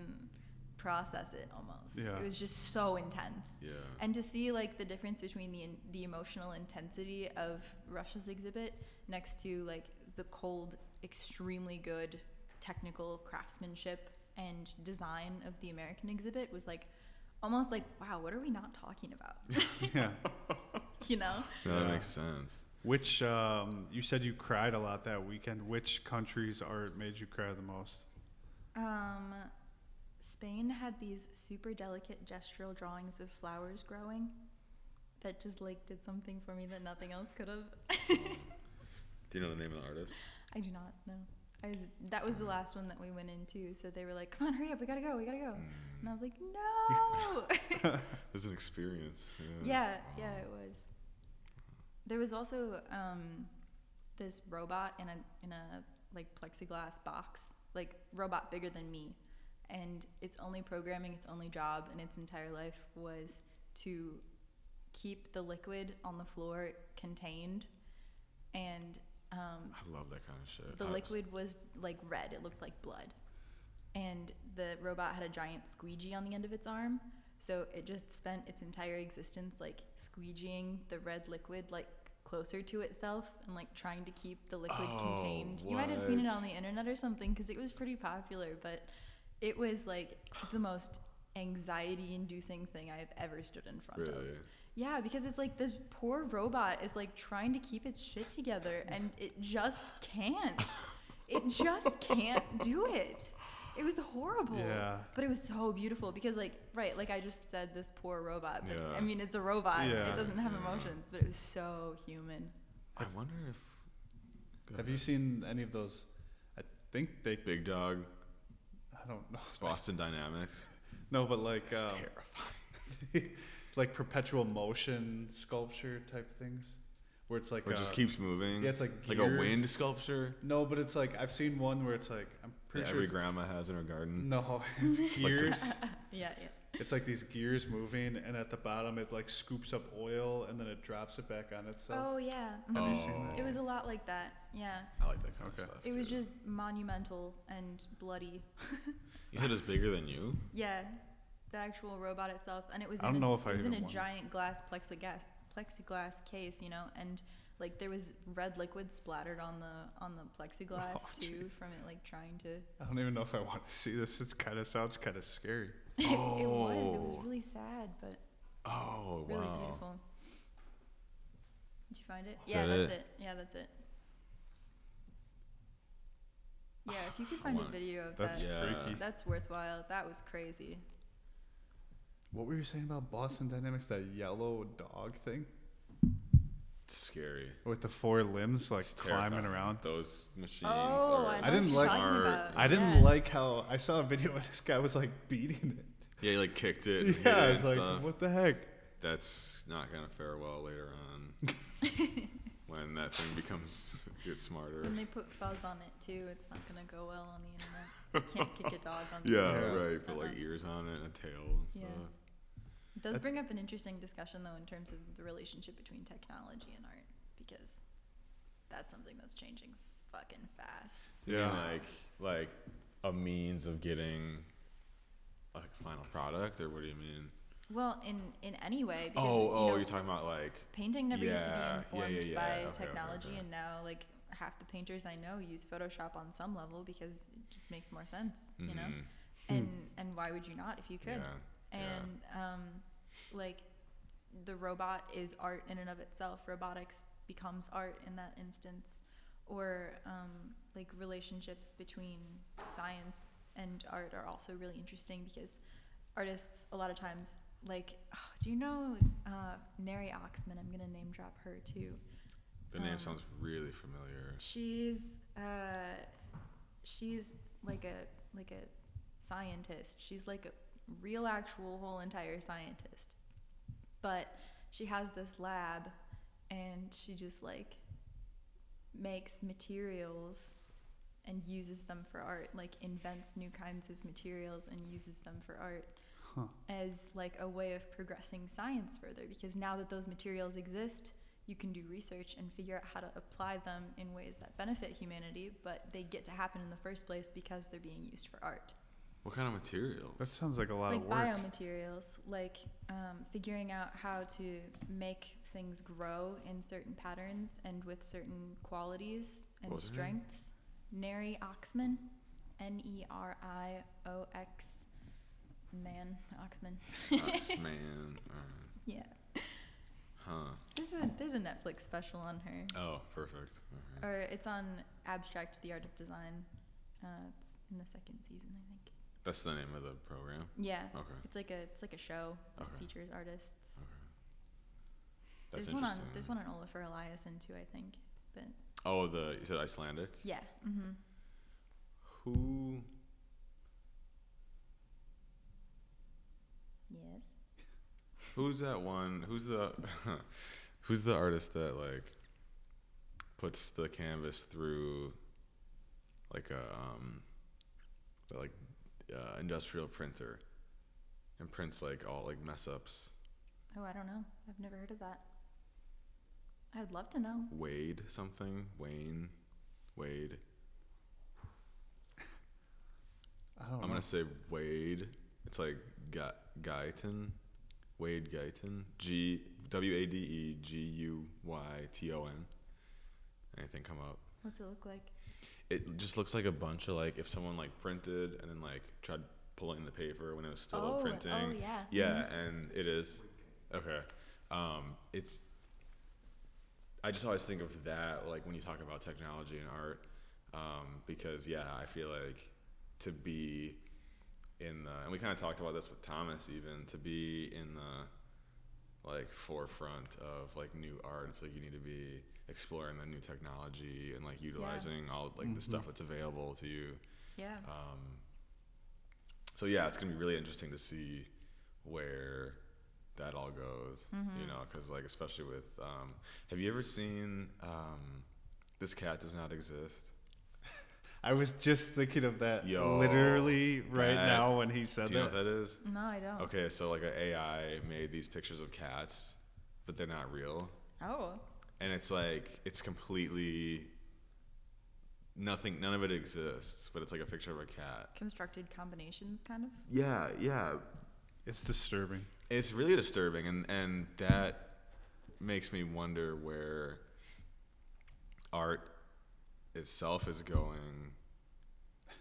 Speaker 3: process it almost.
Speaker 2: Yeah.
Speaker 3: It was just so intense.
Speaker 1: Yeah.
Speaker 3: And to see like the difference between the in- the emotional intensity of Russia's exhibit next to like the cold, extremely good technical craftsmanship and design of the American exhibit was like almost like wow, what are we not talking about?
Speaker 2: yeah.
Speaker 3: you know?
Speaker 1: No, that
Speaker 2: Yeah.
Speaker 1: makes sense.
Speaker 2: Which um, you said you cried a lot that weekend. Which country's art made you cry the most?
Speaker 3: Um, Spain had these super delicate gestural drawings of flowers growing that just like did something for me that nothing else could have.
Speaker 1: Do you know the name of the artist?
Speaker 3: I do not know. I was, that was the last one that we went into, so they were like, "Come on, hurry up, we gotta go, we gotta go,"
Speaker 1: Mm.
Speaker 3: and I was like, "No."
Speaker 1: It's an experience.
Speaker 3: yeah, yeah, it was. There was also um, this robot in a in a like plexiglass box, like robot bigger than me, and its only programming, its only job in its entire life was to keep the liquid on the floor contained, and um,
Speaker 1: I love that kind of shit.
Speaker 3: the
Speaker 1: I-
Speaker 3: liquid was like red. It looked like blood. And the robot had a giant squeegee on the end of its arm. So it just spent its entire existence like squeegeeing the red liquid like closer to itself and like trying to keep the liquid
Speaker 1: Oh,
Speaker 3: contained. You might have seen it
Speaker 1: what?
Speaker 3: on the internet or something because it was pretty popular, but it was like the most anxiety inducing thing I've ever stood in front of.
Speaker 1: Really?
Speaker 3: Yeah, because it's like this poor robot is like trying to keep its shit together and it just can't. It just can't do it. It was horrible.
Speaker 2: Yeah.
Speaker 3: But it was so beautiful because like right, like I just said this poor robot, but
Speaker 1: Yeah.
Speaker 3: I mean it's a robot.
Speaker 2: Yeah.
Speaker 3: It doesn't have
Speaker 1: Yeah.
Speaker 3: emotions, but it was so human.
Speaker 1: I wonder if. Go
Speaker 2: Have
Speaker 1: ahead.
Speaker 2: you seen any of those? I think they.
Speaker 1: Big Dog,
Speaker 2: I don't know.
Speaker 1: Boston Dynamics?
Speaker 2: No, but like
Speaker 1: It's
Speaker 2: um,
Speaker 1: terrifying.
Speaker 2: like perpetual motion sculpture type things, where it's like
Speaker 1: Or it
Speaker 2: uh,
Speaker 1: just keeps moving.
Speaker 2: yeah, it's like
Speaker 1: like a
Speaker 2: gears.
Speaker 1: wind sculpture
Speaker 2: No, but it's like I've seen one where it's like I'm
Speaker 1: that
Speaker 2: pretty sure
Speaker 1: every
Speaker 2: it's,
Speaker 1: grandma has in her garden.
Speaker 2: no, it's gears.
Speaker 3: Yeah, yeah.
Speaker 2: it's like these gears moving, and at the bottom it like scoops up oil, and then it drops it back on itself.
Speaker 3: Oh yeah.
Speaker 2: Have you seen
Speaker 1: Oh.
Speaker 2: that?
Speaker 3: It was a lot like that. Yeah.
Speaker 1: I like that kind
Speaker 2: Okay.
Speaker 1: of stuff.
Speaker 3: It was
Speaker 1: too.
Speaker 3: just monumental and bloody.
Speaker 1: You said it's bigger than you?
Speaker 3: Yeah, the actual robot itself, and it was.
Speaker 2: I
Speaker 3: in
Speaker 2: don't
Speaker 3: a,
Speaker 2: know if
Speaker 3: it
Speaker 2: I
Speaker 3: was in
Speaker 2: even
Speaker 3: a
Speaker 2: want it.
Speaker 3: giant glass plexiglass plexiglass case, you know, and like there was red liquid splattered on the on the plexiglass
Speaker 2: Oh,
Speaker 3: too
Speaker 2: jeez.
Speaker 3: from it like trying to.
Speaker 2: I don't even know if I want to see this. It's kind of sounds kind of scary.
Speaker 3: it was. It was
Speaker 1: Oh.
Speaker 3: really sad, but
Speaker 1: Oh
Speaker 3: really
Speaker 1: wow.
Speaker 3: beautiful. Did you find it?
Speaker 1: Is
Speaker 3: yeah,
Speaker 1: that
Speaker 3: that's
Speaker 1: it?
Speaker 3: it? Yeah, that's it. Yeah, if you could find a
Speaker 1: wanna-
Speaker 3: video of
Speaker 2: That's
Speaker 3: that,
Speaker 1: Yeah.
Speaker 2: freaky.
Speaker 3: that's worthwhile. That was crazy.
Speaker 2: What were you saying about Boston Dynamics? That yellow dog thing
Speaker 1: It's scary.
Speaker 2: with the four limbs like
Speaker 1: It's
Speaker 2: climbing
Speaker 1: terrifying.
Speaker 2: around.
Speaker 1: Those machines. are,
Speaker 3: Oh, I know
Speaker 2: I didn't
Speaker 3: what you're
Speaker 2: like-
Speaker 3: talking
Speaker 1: are-
Speaker 3: about.
Speaker 2: I didn't
Speaker 3: Yeah.
Speaker 2: like how I saw a video where this guy was like beating
Speaker 1: Yeah, he like kicked it. And
Speaker 2: it.
Speaker 1: hit
Speaker 2: Yeah, I
Speaker 1: it
Speaker 2: was
Speaker 1: and
Speaker 2: like,
Speaker 1: stuff.
Speaker 2: what the heck?
Speaker 1: That's not gonna fare well later on. when that thing becomes gets smarter.
Speaker 3: When they put fuzz on it too, it's not gonna go well on the internet. Can't kick a dog on the
Speaker 1: Yeah,
Speaker 2: Yeah.
Speaker 1: right. Put like
Speaker 3: Uh-uh.
Speaker 1: ears on it and a tail and
Speaker 3: Yeah.
Speaker 1: stuff.
Speaker 3: It does
Speaker 2: That's-
Speaker 3: bring up an interesting discussion though in terms of the relationship between technology and art because that's something that's changing fucking fast.
Speaker 1: You mean,
Speaker 2: Yeah.
Speaker 1: like like a means of getting like final product or what do you mean?
Speaker 3: Well, in in any way because
Speaker 1: oh,
Speaker 3: you
Speaker 1: oh,
Speaker 3: know,
Speaker 1: you're talking about like
Speaker 3: painting never used to
Speaker 1: Yeah, yeah,
Speaker 3: be informed
Speaker 1: yeah,
Speaker 3: by
Speaker 1: yeah, okay, okay,
Speaker 3: technology
Speaker 1: okay.
Speaker 3: and now like half the painters I know use Photoshop on some level because it just makes more sense, you know?
Speaker 1: mhm,
Speaker 2: Hmm.
Speaker 3: And and why would you not if you could?
Speaker 1: Yeah. Yeah.
Speaker 3: and um, like the robot is art in and of itself robotics becomes art in that instance or um, like relationships between science and art are also really interesting because artists a lot of times like do you know uh, neri oxman i'm going to name drop her too
Speaker 1: The name
Speaker 3: um,
Speaker 1: sounds really familiar.
Speaker 3: She's uh, she's like a like a scientist. She's like a real actual whole entire scientist. But she has this lab and she just like makes materials and uses them for art, like invents new kinds of materials and uses them for art
Speaker 2: Huh.
Speaker 3: as like a way of progressing science further because now that those materials exist you can do research and figure out how to apply them in ways that benefit humanity but they get to happen in the first place because they're being used for art
Speaker 1: What kind of materials?
Speaker 2: That sounds like a lot
Speaker 3: like
Speaker 2: of work.
Speaker 3: biomaterials like um, figuring out how to make things grow in certain patterns and with certain qualities and
Speaker 1: What was her name?
Speaker 3: strengths neri oxman E n-e-r-i-o-x man oxman
Speaker 1: Ox man. alright,
Speaker 3: yeah
Speaker 1: Huh.
Speaker 3: There's a there's a Netflix special on her,
Speaker 1: Oh, perfect. alright.
Speaker 3: or it's on Abstract: The Art of Design. Uh, it's in the second season, I think.
Speaker 1: That's the name of the program.
Speaker 3: Yeah,
Speaker 1: Okay.
Speaker 3: it's like a it's like a show that
Speaker 1: Okay.
Speaker 3: features artists.
Speaker 1: Okay. That's
Speaker 3: there's one on
Speaker 1: interesting.
Speaker 3: there's one on Olafur Eliasson too, I think. But
Speaker 1: Oh, the you said Icelandic.
Speaker 3: yeah, hmm
Speaker 1: Who?
Speaker 3: yes.
Speaker 1: Who's that one? Who's the? who's the artist that like puts the canvas through like a um the, like uh, industrial printer and prints like all like mess ups?
Speaker 3: Oh, I don't know. I've never heard of that. I'd love to know.
Speaker 1: Wade something Wayne Wade.
Speaker 2: I don't
Speaker 1: I'm
Speaker 2: know.
Speaker 1: gonna say Wade. It's like Ga- Guyton, Wade Guyton. G W A D E G U Y T O N. Anything come up?
Speaker 3: What's it look like?
Speaker 1: It just looks like a bunch of like if someone like printed and then like tried pulling the paper when it was still
Speaker 3: oh,
Speaker 1: printing.
Speaker 3: oh yeah.
Speaker 1: Yeah,
Speaker 3: mhm.
Speaker 1: and it is. Okay. Um, it's. I just always think of that, like when you talk about technology and art, um, because yeah, I feel like to be in the, and we kind of talked about this with Thomas even, to be in the like forefront of like new art, it's like you need to be exploring the new technology and like utilizing all like the
Speaker 2: Mhm.
Speaker 1: stuff that's available to you.
Speaker 3: Yeah.
Speaker 1: Um, so yeah, it's gonna be really interesting to see where that all goes. You know, because like especially with, um, have you ever seen um, this cat does not exist?
Speaker 2: I was just thinking of that
Speaker 1: Yo,
Speaker 2: literally right
Speaker 1: that-
Speaker 2: now when he said
Speaker 1: Do you know
Speaker 2: that.
Speaker 1: what Uh, that is?
Speaker 3: No, I don't.
Speaker 1: Okay, so like an AI made these pictures of cats, but they're not real,
Speaker 3: Oh.
Speaker 1: and it's like it's completely nothing. None of it exists, but it's like a picture of a cat.
Speaker 3: Constructed combinations, kind of.
Speaker 1: Yeah, yeah,
Speaker 2: It's disturbing.
Speaker 1: it's really disturbing and and that makes me wonder where art itself is going.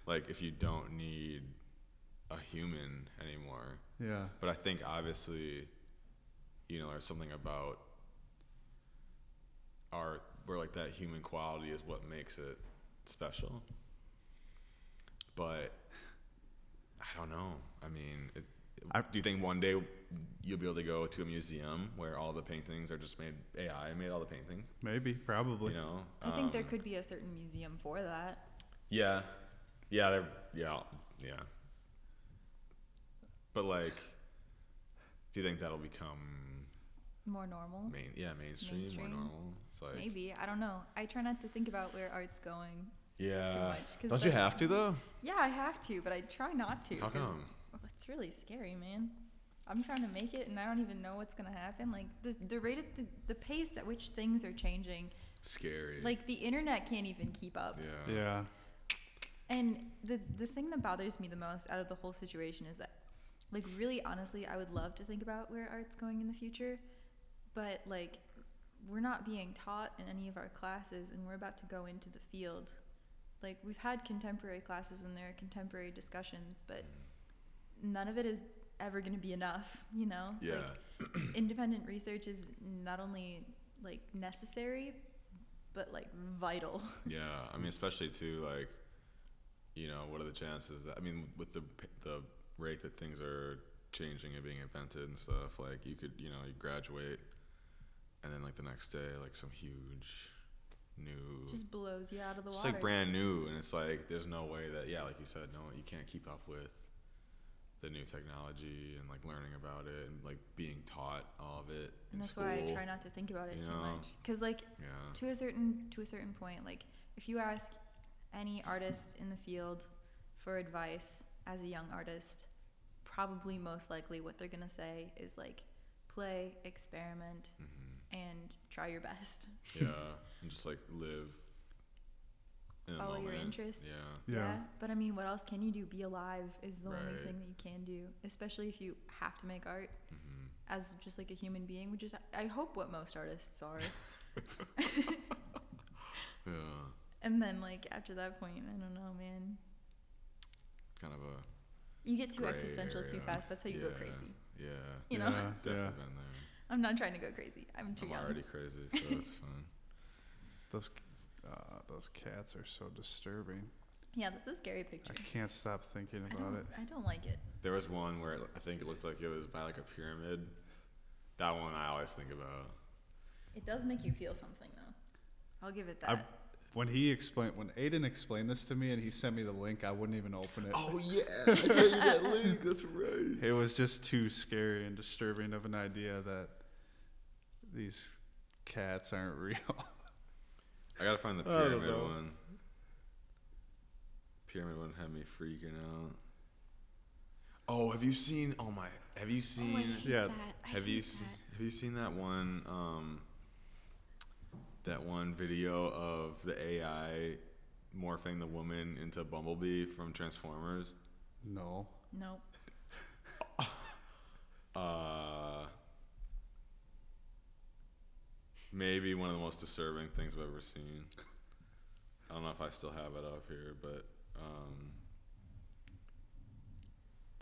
Speaker 1: Like, if you don't need a human anymore.
Speaker 2: Yeah.
Speaker 1: But I think obviously, you know, there's something about art where like that human quality is what makes it special. But I don't know. I mean, it,
Speaker 2: I-
Speaker 1: do you think one day you'll be able to go to a museum where all the paintings are just made AI made all the paintings?
Speaker 2: Maybe. Probably.
Speaker 1: You know,
Speaker 3: I think there
Speaker 1: Um,
Speaker 3: could be a certain museum for that.
Speaker 1: Yeah, yeah, they're yeah, yeah. But like, do you think that'll become
Speaker 3: More normal.
Speaker 1: main? Yeah, mainstream,
Speaker 3: Mainstream?
Speaker 1: or normal. It's like
Speaker 3: Maybe. I don't know. I try not to think about where art's going.
Speaker 1: yeah.
Speaker 3: much, 'cause
Speaker 1: Uh, Don't you
Speaker 3: then-
Speaker 1: have to though?
Speaker 3: Yeah, I have to, but I try not to.
Speaker 1: How
Speaker 3: 'cause Oh,
Speaker 1: come?
Speaker 3: It's really scary, man. I'm trying to make it, and I don't even know what's gonna happen. Like the the rate at the, the pace at which things are changing,
Speaker 1: Scary.
Speaker 3: like the internet can't even keep up.
Speaker 1: yeah,
Speaker 2: Yeah.
Speaker 3: And the the thing that bothers me the most out of the whole situation is that, like, really honestly, I would love to think about where art's going in the future, but like, we're not being taught in any of our classes, and we're about to go into the field. Like, we've had contemporary classes and there are contemporary discussions, but none of it is ever going to be enough. You know,
Speaker 1: yeah.
Speaker 3: Like, independent research is not only like necessary, but like vital.
Speaker 1: Yeah, I mean, especially too, like, you know, what are the chances that I mean, with the p- the rate that things are changing and being invented and stuff, like, you could, you know, you graduate, and then like the next day, like some huge new, just,
Speaker 3: Just blows you out of the water.
Speaker 1: like brand new, and it's like there's no way that yeah, like you said, no, you can't keep up with the new technology and like learning about it and like being taught all of it in
Speaker 3: and that's
Speaker 1: school.
Speaker 3: why I try not to think about it
Speaker 1: you
Speaker 3: too
Speaker 1: know?
Speaker 3: much. Because like
Speaker 1: yeah.
Speaker 3: to a certain to a certain point, like if you ask any artist in the field for advice as a young artist, probably most likely what they're gonna say is like play, experiment,
Speaker 1: hmm
Speaker 3: and try your best.
Speaker 1: Yeah, and just like live. In a
Speaker 3: Follow
Speaker 1: moment.
Speaker 3: your interests.
Speaker 1: Yeah,
Speaker 2: Yeah.
Speaker 3: But I mean, what else can you do? Be alive is the only
Speaker 1: Right.
Speaker 3: thing that you can do, especially if you have to make art
Speaker 1: hmm
Speaker 3: as just like a human being, which is I hope what most artists are.
Speaker 1: yeah.
Speaker 3: And then like after that point, I don't know, man.
Speaker 1: Kind of a
Speaker 3: You get too
Speaker 1: Gray
Speaker 3: existential too
Speaker 1: area.
Speaker 3: fast. That's how you go
Speaker 1: Yeah.
Speaker 3: crazy.
Speaker 1: yeah.
Speaker 3: You know?
Speaker 2: Yeah,
Speaker 1: Definitely
Speaker 2: yeah.
Speaker 1: been there.
Speaker 3: I'm not trying to go crazy. I'm too
Speaker 1: I'm
Speaker 3: young.
Speaker 1: already crazy, so it's fine.
Speaker 2: Those uh, those cats are so disturbing.
Speaker 3: Yeah, that's a scary picture.
Speaker 2: I can't stop thinking
Speaker 3: I
Speaker 2: about
Speaker 3: don't,
Speaker 2: it.
Speaker 3: I don't like it.
Speaker 1: There was one where it- I think it looked like it was by like a pyramid. That one I always think about.
Speaker 3: It does make you feel something though. I'll give it that. Oh,
Speaker 2: I- When he explained, when Aiden explained this to me, and he sent me the link, I wouldn't even open it.
Speaker 1: Oh yeah, I sent you that link. That's right.
Speaker 2: It was just too scary and disturbing of an idea that these cats aren't real.
Speaker 1: I gotta find the
Speaker 2: I don't
Speaker 1: pyramid
Speaker 2: know.
Speaker 1: one. Pyramid one had me freaking out. Oh, have you seen? Oh my, have you
Speaker 3: oh, I
Speaker 1: seen?
Speaker 3: hate
Speaker 2: yeah,
Speaker 3: that. I
Speaker 1: have you
Speaker 3: hate
Speaker 1: seen,
Speaker 3: that.
Speaker 1: have you seen that one um, that one video of the AI morphing the woman into Bumblebee from Transformers?
Speaker 2: no.
Speaker 3: Nope.
Speaker 1: Uh, maybe one of the most disturbing things I've ever seen. I don't know if I still have it up here, but um,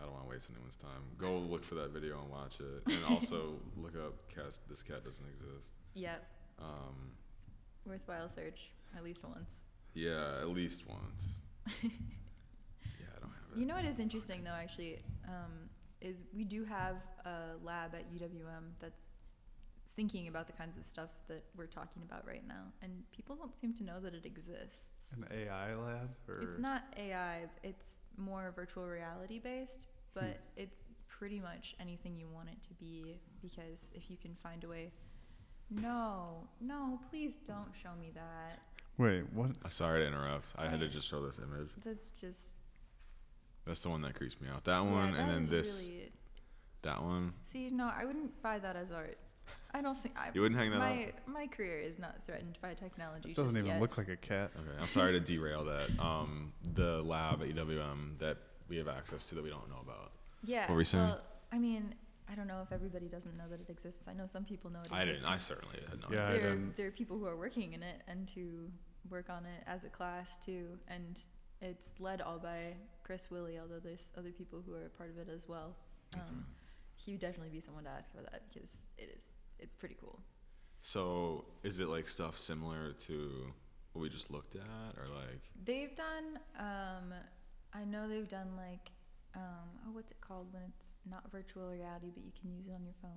Speaker 1: I don't want to waste anyone's time. Go look for that video and watch it, and also look up "Cast This Cat Doesn't Exist."
Speaker 3: Yep.
Speaker 1: Um,
Speaker 3: Worthwhile search at least once.
Speaker 1: yeah, at least once. yeah, I don't have it.
Speaker 3: You know what is interesting though, actually, um, is we do have a lab at UWM that's thinking about the kinds of stuff that we're talking about right now, and people don't seem to know that it exists.
Speaker 2: An AI lab? Or
Speaker 3: It's not AI, it's more virtual reality based,
Speaker 1: Hmm.
Speaker 3: but it's pretty much anything you want it to be because if you can find a way. No, no, please don't show me that.
Speaker 2: Wait, what?
Speaker 1: Uh, Sorry to interrupt. I had to just show this image.
Speaker 3: That's just.
Speaker 1: That's the one that creeps me out. That
Speaker 3: yeah,
Speaker 1: one,
Speaker 3: that
Speaker 1: and
Speaker 3: is
Speaker 1: then this,
Speaker 3: really-
Speaker 1: that one.
Speaker 3: see, no, I wouldn't buy that as art. I don't think. I,
Speaker 1: You wouldn't hang that up.
Speaker 3: my, my career is not threatened by technology.
Speaker 2: It doesn't
Speaker 3: just
Speaker 2: even
Speaker 3: yet.
Speaker 2: look like a cat.
Speaker 1: Okay, I'm sorry to derail that. Um, the lab at UWM that we have access to that we don't know about.
Speaker 3: Yeah.
Speaker 1: What were you saying?
Speaker 3: Well, I mean, I don't know if everybody doesn't know that it exists. I know some people know it exists.
Speaker 1: I didn't.
Speaker 3: 'cause
Speaker 1: I certainly had no
Speaker 2: Yeah, I
Speaker 1: idea.
Speaker 3: there,
Speaker 2: didn't.
Speaker 3: there are people who are working in it and to work on it as a class too. And it's led all by Chris Willie, although there's other people who are a part of it as well. Um,
Speaker 1: Okay.
Speaker 3: He would definitely be someone to ask about that because it is it's pretty cool.
Speaker 1: So is it like stuff similar to what we just looked at, or like
Speaker 3: They've done. Um, I know they've done like. Um, oh, what's it called when it's not virtual reality, but you can use it on your phone?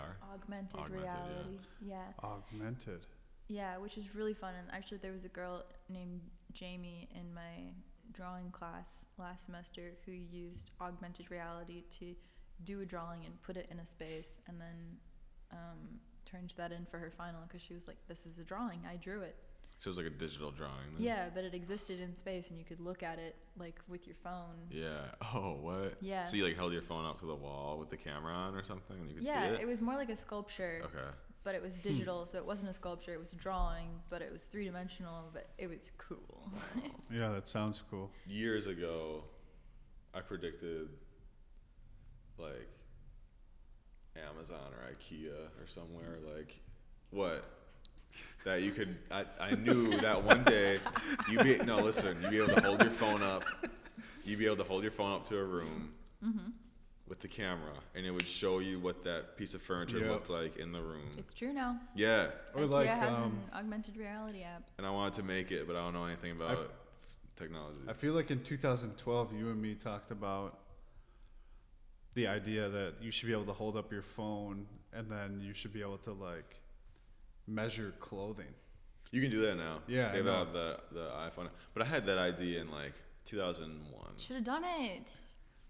Speaker 1: AR?
Speaker 3: Augmented,
Speaker 1: Augmented, yeah.
Speaker 3: reality. yeah.
Speaker 2: Augmented.
Speaker 3: Yeah, which is really fun. And actually, there was a girl named Jamie in my drawing class last semester who used augmented reality to do a drawing and put it in a space and then um, turned that in for her final because she was like, This is a drawing. I drew it.
Speaker 1: So it's like a digital drawing. Then?
Speaker 3: Yeah, but it existed in space and you could look at it like with your phone.
Speaker 1: Yeah. Oh, what?
Speaker 3: Yeah.
Speaker 1: So you like held your phone up to the wall with the camera on or something, and you could
Speaker 3: Yeah,
Speaker 1: see
Speaker 3: it was more like a sculpture,
Speaker 1: okay.
Speaker 3: but it
Speaker 2: Hmm.
Speaker 3: was digital, so it wasn't a sculpture. It was a drawing, but it was three dimensional, but it was cool.
Speaker 2: Yeah, that sounds cool.
Speaker 1: Years ago, I predicted like Amazon or IKEA or somewhere like what that you could. I, I knew that one day you be no listen. You'd be able to hold your phone up. You'd be able to hold your phone up to a room. With the camera, and it would show you what that piece of furniture
Speaker 2: Yep.
Speaker 1: looked like in the room.
Speaker 3: it's true now.
Speaker 1: yeah,
Speaker 2: Or
Speaker 3: IKEA
Speaker 2: like,
Speaker 3: has
Speaker 2: um,
Speaker 3: an augmented reality app.
Speaker 1: and I wanted to make it, but I don't know anything about
Speaker 2: I've-
Speaker 1: technology.
Speaker 2: I feel like in 2012, you and me talked about the idea that you should be able to hold up your phone and then you should be able to like measure clothing.
Speaker 1: you can do that now.
Speaker 2: Yeah,
Speaker 1: they
Speaker 2: I
Speaker 1: have
Speaker 2: know.
Speaker 1: out the the iPhone. But I had that idea in like 2001.
Speaker 3: Should have done it.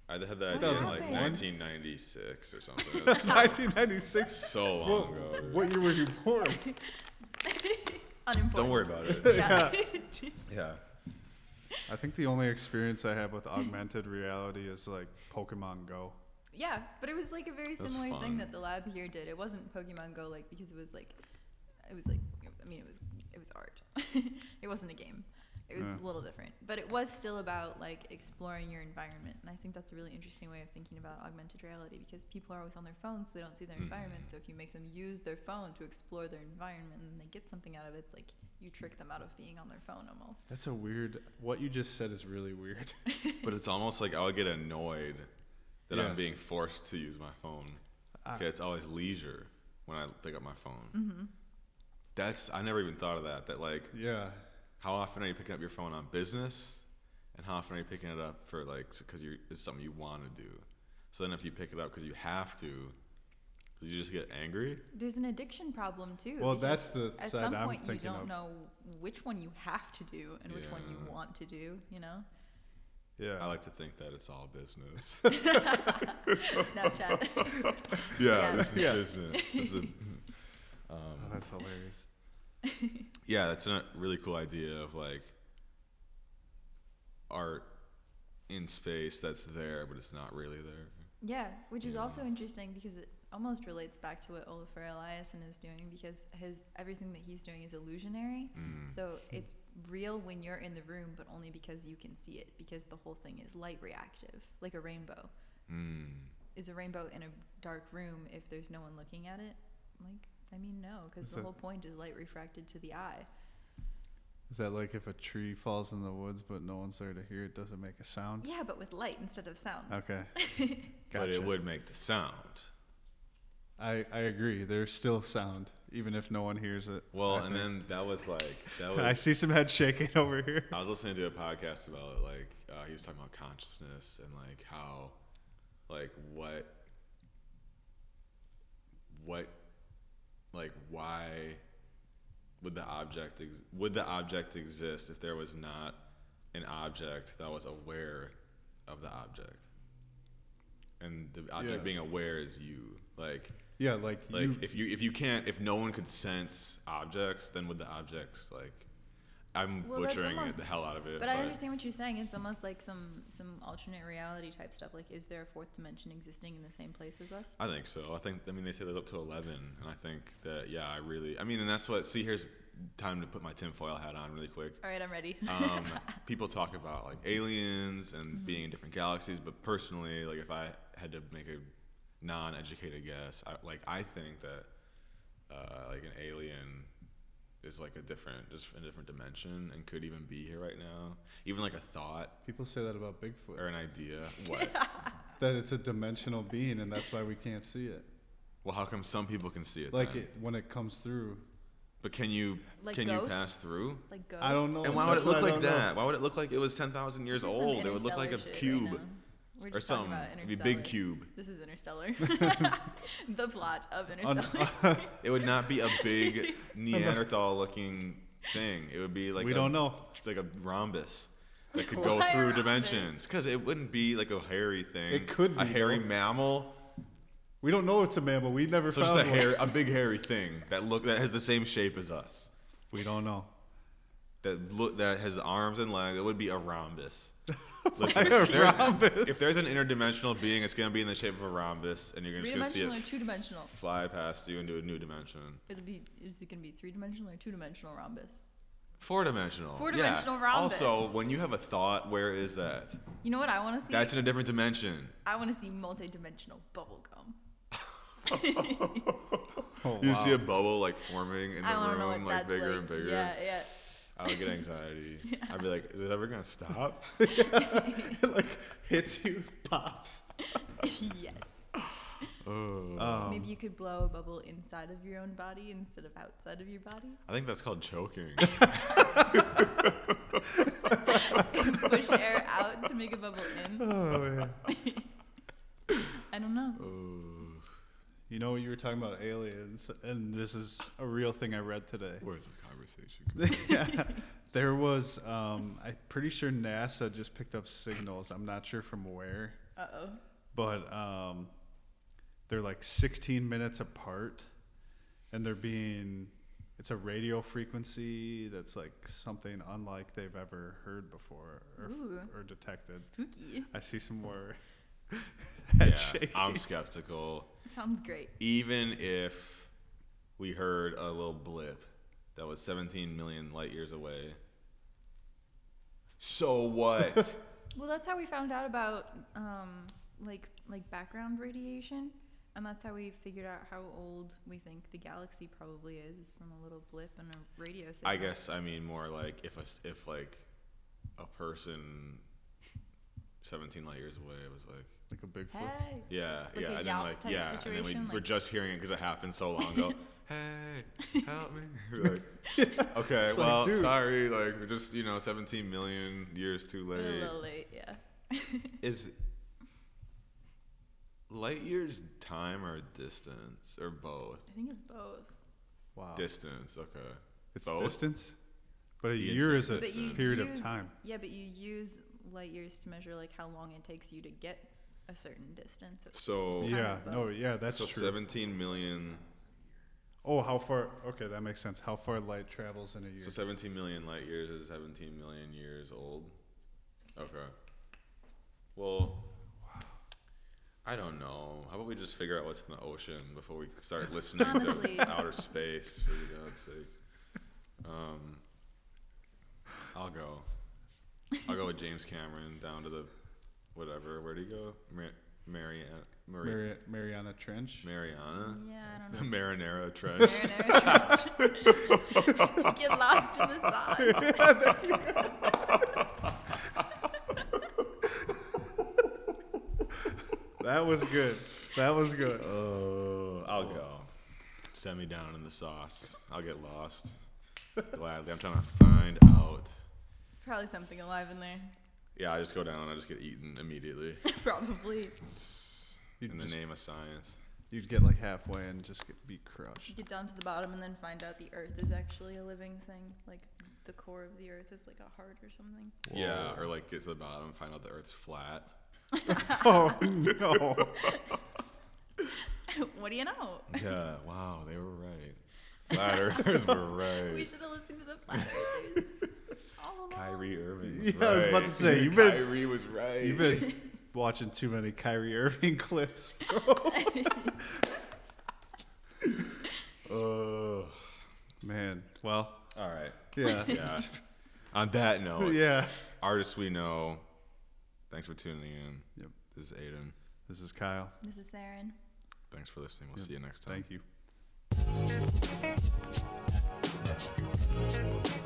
Speaker 1: I had that
Speaker 3: What
Speaker 1: idea in like
Speaker 3: happened?
Speaker 1: 1996 or something. It was so,
Speaker 2: 1996.
Speaker 1: so long
Speaker 2: Well,
Speaker 1: ago. dude.
Speaker 2: what year were you born?
Speaker 3: Unimportant.
Speaker 1: Don't worry about it.
Speaker 3: Yeah.
Speaker 1: yeah.
Speaker 2: I think the only experience I have with augmented reality is like Pokemon Go.
Speaker 3: yeah, but it was like a very
Speaker 1: That's
Speaker 3: similar
Speaker 1: fun.
Speaker 3: thing that the lab here did. It wasn't Pokemon Go like because it was like it was like I mean it was it was art. it wasn't a game. It was
Speaker 2: Yeah.
Speaker 3: a little different, but it was still about like exploring your environment, and I think that's a really interesting way of thinking about augmented reality because people are always on their phones, so they don't see their environment. So if you make them use their phone to explore their environment and they get something out of it, it's like you trick them out of being on their phone almost.
Speaker 2: That's a weird. What you just said is really weird.
Speaker 1: But it's almost like I would get annoyed that
Speaker 2: Yeah.
Speaker 1: I'm being forced to use my phone.
Speaker 2: Ah.
Speaker 1: 'Kay, it's always leisure when I pick up my phone. That's I never even thought of that. That like
Speaker 2: yeah.
Speaker 1: how often are you picking up your phone on business and how often are you picking it up for like because you it's something you want to do so then if you pick it up because you have to 'cause you just get angry
Speaker 3: There's an addiction problem too.
Speaker 2: Well,
Speaker 3: because-
Speaker 2: that's the
Speaker 3: at
Speaker 2: side
Speaker 3: some
Speaker 2: I'm
Speaker 3: point you
Speaker 2: thinking
Speaker 3: don't
Speaker 2: of.
Speaker 3: know which one you have to do and which one
Speaker 1: Yeah.
Speaker 3: you want to do you know
Speaker 2: Yeah.
Speaker 1: i like to think that it's all business
Speaker 3: snapchat
Speaker 1: yeah,
Speaker 3: Yeah.
Speaker 1: this is
Speaker 2: Yeah.
Speaker 1: business this is a, um,
Speaker 2: Oh, that's hilarious.
Speaker 1: yeah that's a really cool idea of like art in space that's there but it's not really there
Speaker 3: yeah which is
Speaker 1: Yeah.
Speaker 3: also interesting because it almost relates back to what olafur eliasson is doing because his everything that he's doing is illusionary
Speaker 2: Mm-hmm.
Speaker 1: Mm.
Speaker 3: so it's real when you're in the room but only because you can see it because the whole thing is light reactive like a rainbow
Speaker 1: Mm.
Speaker 3: is a rainbow in a dark room if there's no one looking at it like i mean no because
Speaker 2: Is
Speaker 3: the
Speaker 2: that-
Speaker 3: whole point is light refracted to the eye
Speaker 2: Is that like if a tree falls in the woods but no one's there to hear it, does it make a sound?
Speaker 3: yeah but with light instead of sound
Speaker 2: Okay.
Speaker 1: but
Speaker 2: Gotcha.
Speaker 1: it would make the sound
Speaker 2: I, I agree. There's still sound, even if no one hears it.
Speaker 1: well
Speaker 2: I
Speaker 1: and
Speaker 2: think.
Speaker 1: then that was like that was
Speaker 2: I see some head shaking over here.
Speaker 1: I was listening to a podcast about like uh, he was talking about consciousness and like how, like what, what, like why would the object ex- would the object exist if there was not an object that was aware of the object, and the object
Speaker 2: Yeah.
Speaker 1: being aware is you like.
Speaker 2: Yeah, like,
Speaker 1: Like
Speaker 2: you,
Speaker 1: if you if you can't if no one could sense objects, then would the objects like I'm
Speaker 3: Well, that's
Speaker 1: butchering
Speaker 3: almost-
Speaker 1: it the hell out of it.
Speaker 3: But I understand what you're saying. It's almost like some some alternate reality type stuff. Like, is there a fourth dimension existing in the same place as us?
Speaker 1: I think so. I think I mean they say there's up to eleven, and I think that yeah, I really I mean and that's what see here's time to put my tinfoil hat on really quick.
Speaker 3: All right, I'm ready.
Speaker 1: Um, people talk about
Speaker 3: Mm-hmm.
Speaker 1: like aliens and being in different galaxies, but personally, like if I had to make a non-educated guess, I, like I think that uh, like an alien is like a different, just a different dimension, and could even be here right now. Even like a thought
Speaker 2: People say that about Bigfoot.
Speaker 1: or an idea. What?
Speaker 2: That it's a dimensional being, and that's why we can't see it.
Speaker 1: well, how come some people can see it?
Speaker 2: Like
Speaker 1: then?
Speaker 2: it, when it comes through,
Speaker 1: But can you
Speaker 3: Like
Speaker 1: can you pass
Speaker 3: ghosts?
Speaker 1: through?
Speaker 3: Like ghosts.
Speaker 2: I don't know.
Speaker 1: And why would
Speaker 2: Oh,
Speaker 1: it
Speaker 2: That's what
Speaker 1: look
Speaker 2: I
Speaker 1: like
Speaker 2: don't know.
Speaker 1: that? Why would it look like it was ten thousand years
Speaker 3: This is some
Speaker 1: old? It would look like a
Speaker 3: interstellar shit right
Speaker 1: cube
Speaker 3: now. We're
Speaker 1: or
Speaker 3: just
Speaker 1: something.
Speaker 3: talking about
Speaker 1: It'd be a big
Speaker 3: Interstellar.
Speaker 1: cube.
Speaker 3: This is Interstellar. the plot of
Speaker 2: Un-
Speaker 3: Interstellar.
Speaker 1: It would not be a big Neanderthal-looking thing. It would be like
Speaker 2: we
Speaker 1: a,
Speaker 2: don't know.
Speaker 1: like a rhombus that could go
Speaker 3: Why a
Speaker 1: through
Speaker 3: rhombus?
Speaker 1: dimensions. Because it wouldn't be like a hairy thing.
Speaker 2: It could
Speaker 1: a
Speaker 2: be,
Speaker 1: hairy
Speaker 2: though.
Speaker 1: mammal.
Speaker 2: We don't know it's a mammal. We never
Speaker 1: So
Speaker 2: found
Speaker 1: just a
Speaker 2: one.
Speaker 1: hair, a big hairy thing that look that has the same shape as us.
Speaker 2: We don't know.
Speaker 1: That look that has arms and legs. It would be a rhombus.
Speaker 2: Why a
Speaker 1: if there's-
Speaker 2: rhombus?
Speaker 1: if there's an interdimensional being, it's gonna be in the shape of a rhombus, and you're
Speaker 3: Three
Speaker 1: just gonna see it
Speaker 3: dimensional or two dimensional?
Speaker 1: fly past you into a new dimension.
Speaker 3: It'll be. Is it gonna be three dimensional or two dimensional rhombus?
Speaker 1: Four dimensional.
Speaker 3: Four-dimensional rhombus.
Speaker 1: Also, when you have a thought, where is that?
Speaker 3: You know what I want to see?
Speaker 1: That's in a different dimension.
Speaker 3: I want to see multi-dimensional bubblegum.
Speaker 2: Oh,
Speaker 1: You
Speaker 2: wow.
Speaker 1: see a bubble like forming in the
Speaker 3: I want to know
Speaker 1: room,
Speaker 3: what
Speaker 1: like
Speaker 3: that's
Speaker 1: bigger
Speaker 3: like.
Speaker 1: and bigger.
Speaker 3: Yeah, yeah.
Speaker 1: I would get anxiety. I'd be like, is it ever gonna stop?
Speaker 2: it like hits you, pops.
Speaker 3: yes.
Speaker 1: Ugh.
Speaker 2: Um,
Speaker 3: Maybe you could blow a bubble inside of your own body instead of outside of your body.
Speaker 1: I think that's called choking.
Speaker 3: And push air out to make a bubble in.
Speaker 2: Oh yeah.
Speaker 3: I don't know.
Speaker 1: Ugh.
Speaker 2: You know you were talking about aliens, and this is a real thing I read today.
Speaker 1: Where's this conversation? going?
Speaker 2: yeah. There was, um, I'm pretty sure NASA just picked up signals. I'm not sure from where,
Speaker 3: Uh oh.
Speaker 2: but um, they're like 16 minutes apart, and they're being, it's a radio frequency that's like something unlike they've ever heard before or,
Speaker 3: Ooh.
Speaker 2: or detected.
Speaker 3: Spooky.
Speaker 2: I see some more.
Speaker 1: Yeah,
Speaker 2: head shaking.
Speaker 1: I'm skeptical.
Speaker 3: Sounds great.
Speaker 1: Even if we heard a little blip that was 17 million light years away, so what?
Speaker 3: Well, that's how we found out about um, like like background radiation, and that's how we figured out how old we think the galaxy probably is. Is from a little blip in a radio signal.
Speaker 1: I guess I mean more like if a s- if like a person 17 light years away was like
Speaker 2: like a Bigfoot.
Speaker 3: Hey.
Speaker 1: yeah
Speaker 3: Like
Speaker 1: yeah
Speaker 3: a
Speaker 1: and then
Speaker 3: Yelp
Speaker 1: like
Speaker 3: type
Speaker 1: yeah and then we
Speaker 3: situation,
Speaker 1: we're
Speaker 3: like-
Speaker 1: just hearing it because it happened so long ago. hey, help me. We're like, okay,
Speaker 2: It's like,
Speaker 1: well,
Speaker 2: dude.
Speaker 1: sorry, like we're just you know 17 million years too
Speaker 3: A
Speaker 1: late.
Speaker 3: little late, yeah.
Speaker 1: Is light years time or distance or both?
Speaker 3: I think it's both.
Speaker 2: Wow.
Speaker 1: Distance, okay.
Speaker 2: it's
Speaker 1: both?
Speaker 2: distance, but a
Speaker 1: The
Speaker 2: year is a
Speaker 1: inside distance.
Speaker 2: period of
Speaker 3: use-
Speaker 2: time.
Speaker 3: Yeah, but you use light years to measure like how long it takes you to get a certain distance.
Speaker 1: So
Speaker 3: Kind
Speaker 2: Yeah,
Speaker 3: of
Speaker 2: no,
Speaker 3: both.
Speaker 2: yeah, that's
Speaker 1: so
Speaker 2: true.
Speaker 1: 17 million.
Speaker 2: Oh, how far? Okay, that makes sense. How far light travels in a year?
Speaker 1: So 17 million light years is 17 million years old. Okay. Well, I don't know. How about we just figure out what's in the ocean before we start listening
Speaker 3: Honestly.
Speaker 1: to outer space? For God's sake. Um, I'll go. I'll go with James Cameron down to the whatever. Where'd he go? Mar- Mariana. Maria-
Speaker 2: Mari- Mariana Trench.
Speaker 1: Mariana.
Speaker 3: Yeah, I
Speaker 1: The
Speaker 3: don't know.
Speaker 1: Marinara Trench.
Speaker 3: Marinara trench. Get lost in the sauce.
Speaker 2: that was good. That was good.
Speaker 1: Oh, I'll go. Send me down in the sauce. I'll get lost. Gladly. I'm trying to find out.
Speaker 3: It's probably something alive in there.
Speaker 1: Yeah, I just go down and I just get eaten immediately.
Speaker 3: probably.
Speaker 1: It's
Speaker 2: You
Speaker 1: in the
Speaker 2: just-
Speaker 1: name of science.
Speaker 2: You'd get like halfway and just get be
Speaker 3: You
Speaker 2: crushed.
Speaker 3: get down to the bottom and then find out the earth is actually a living thing. Like the core of the earth is like a heart or something.
Speaker 1: Yeah, or like get to the bottom, find out the earth's flat.
Speaker 2: oh no!
Speaker 3: what do you know?
Speaker 1: Yeah, wow, they were right. Flat earthers were
Speaker 3: We
Speaker 1: right.
Speaker 3: should have listened to the flat earthers. all along.
Speaker 1: Kyrie Irving. Was
Speaker 2: Yeah, I was about to
Speaker 1: right.
Speaker 2: say, you've been-
Speaker 1: Kyrie was right.
Speaker 2: You've been watching too many Kyrie Irving clips, bro.
Speaker 1: Ugh.
Speaker 2: Man, well,
Speaker 1: all right.
Speaker 2: yeah,
Speaker 1: Yeah. On that note,
Speaker 2: yeah.
Speaker 1: artists we know. Thanks for tuning in.
Speaker 2: Yep.
Speaker 1: This is Aiden.
Speaker 2: This is Kyle.
Speaker 3: This is Saren.
Speaker 1: Thanks for listening. We'll
Speaker 2: Yeah.
Speaker 1: see you next time.
Speaker 2: Thank you.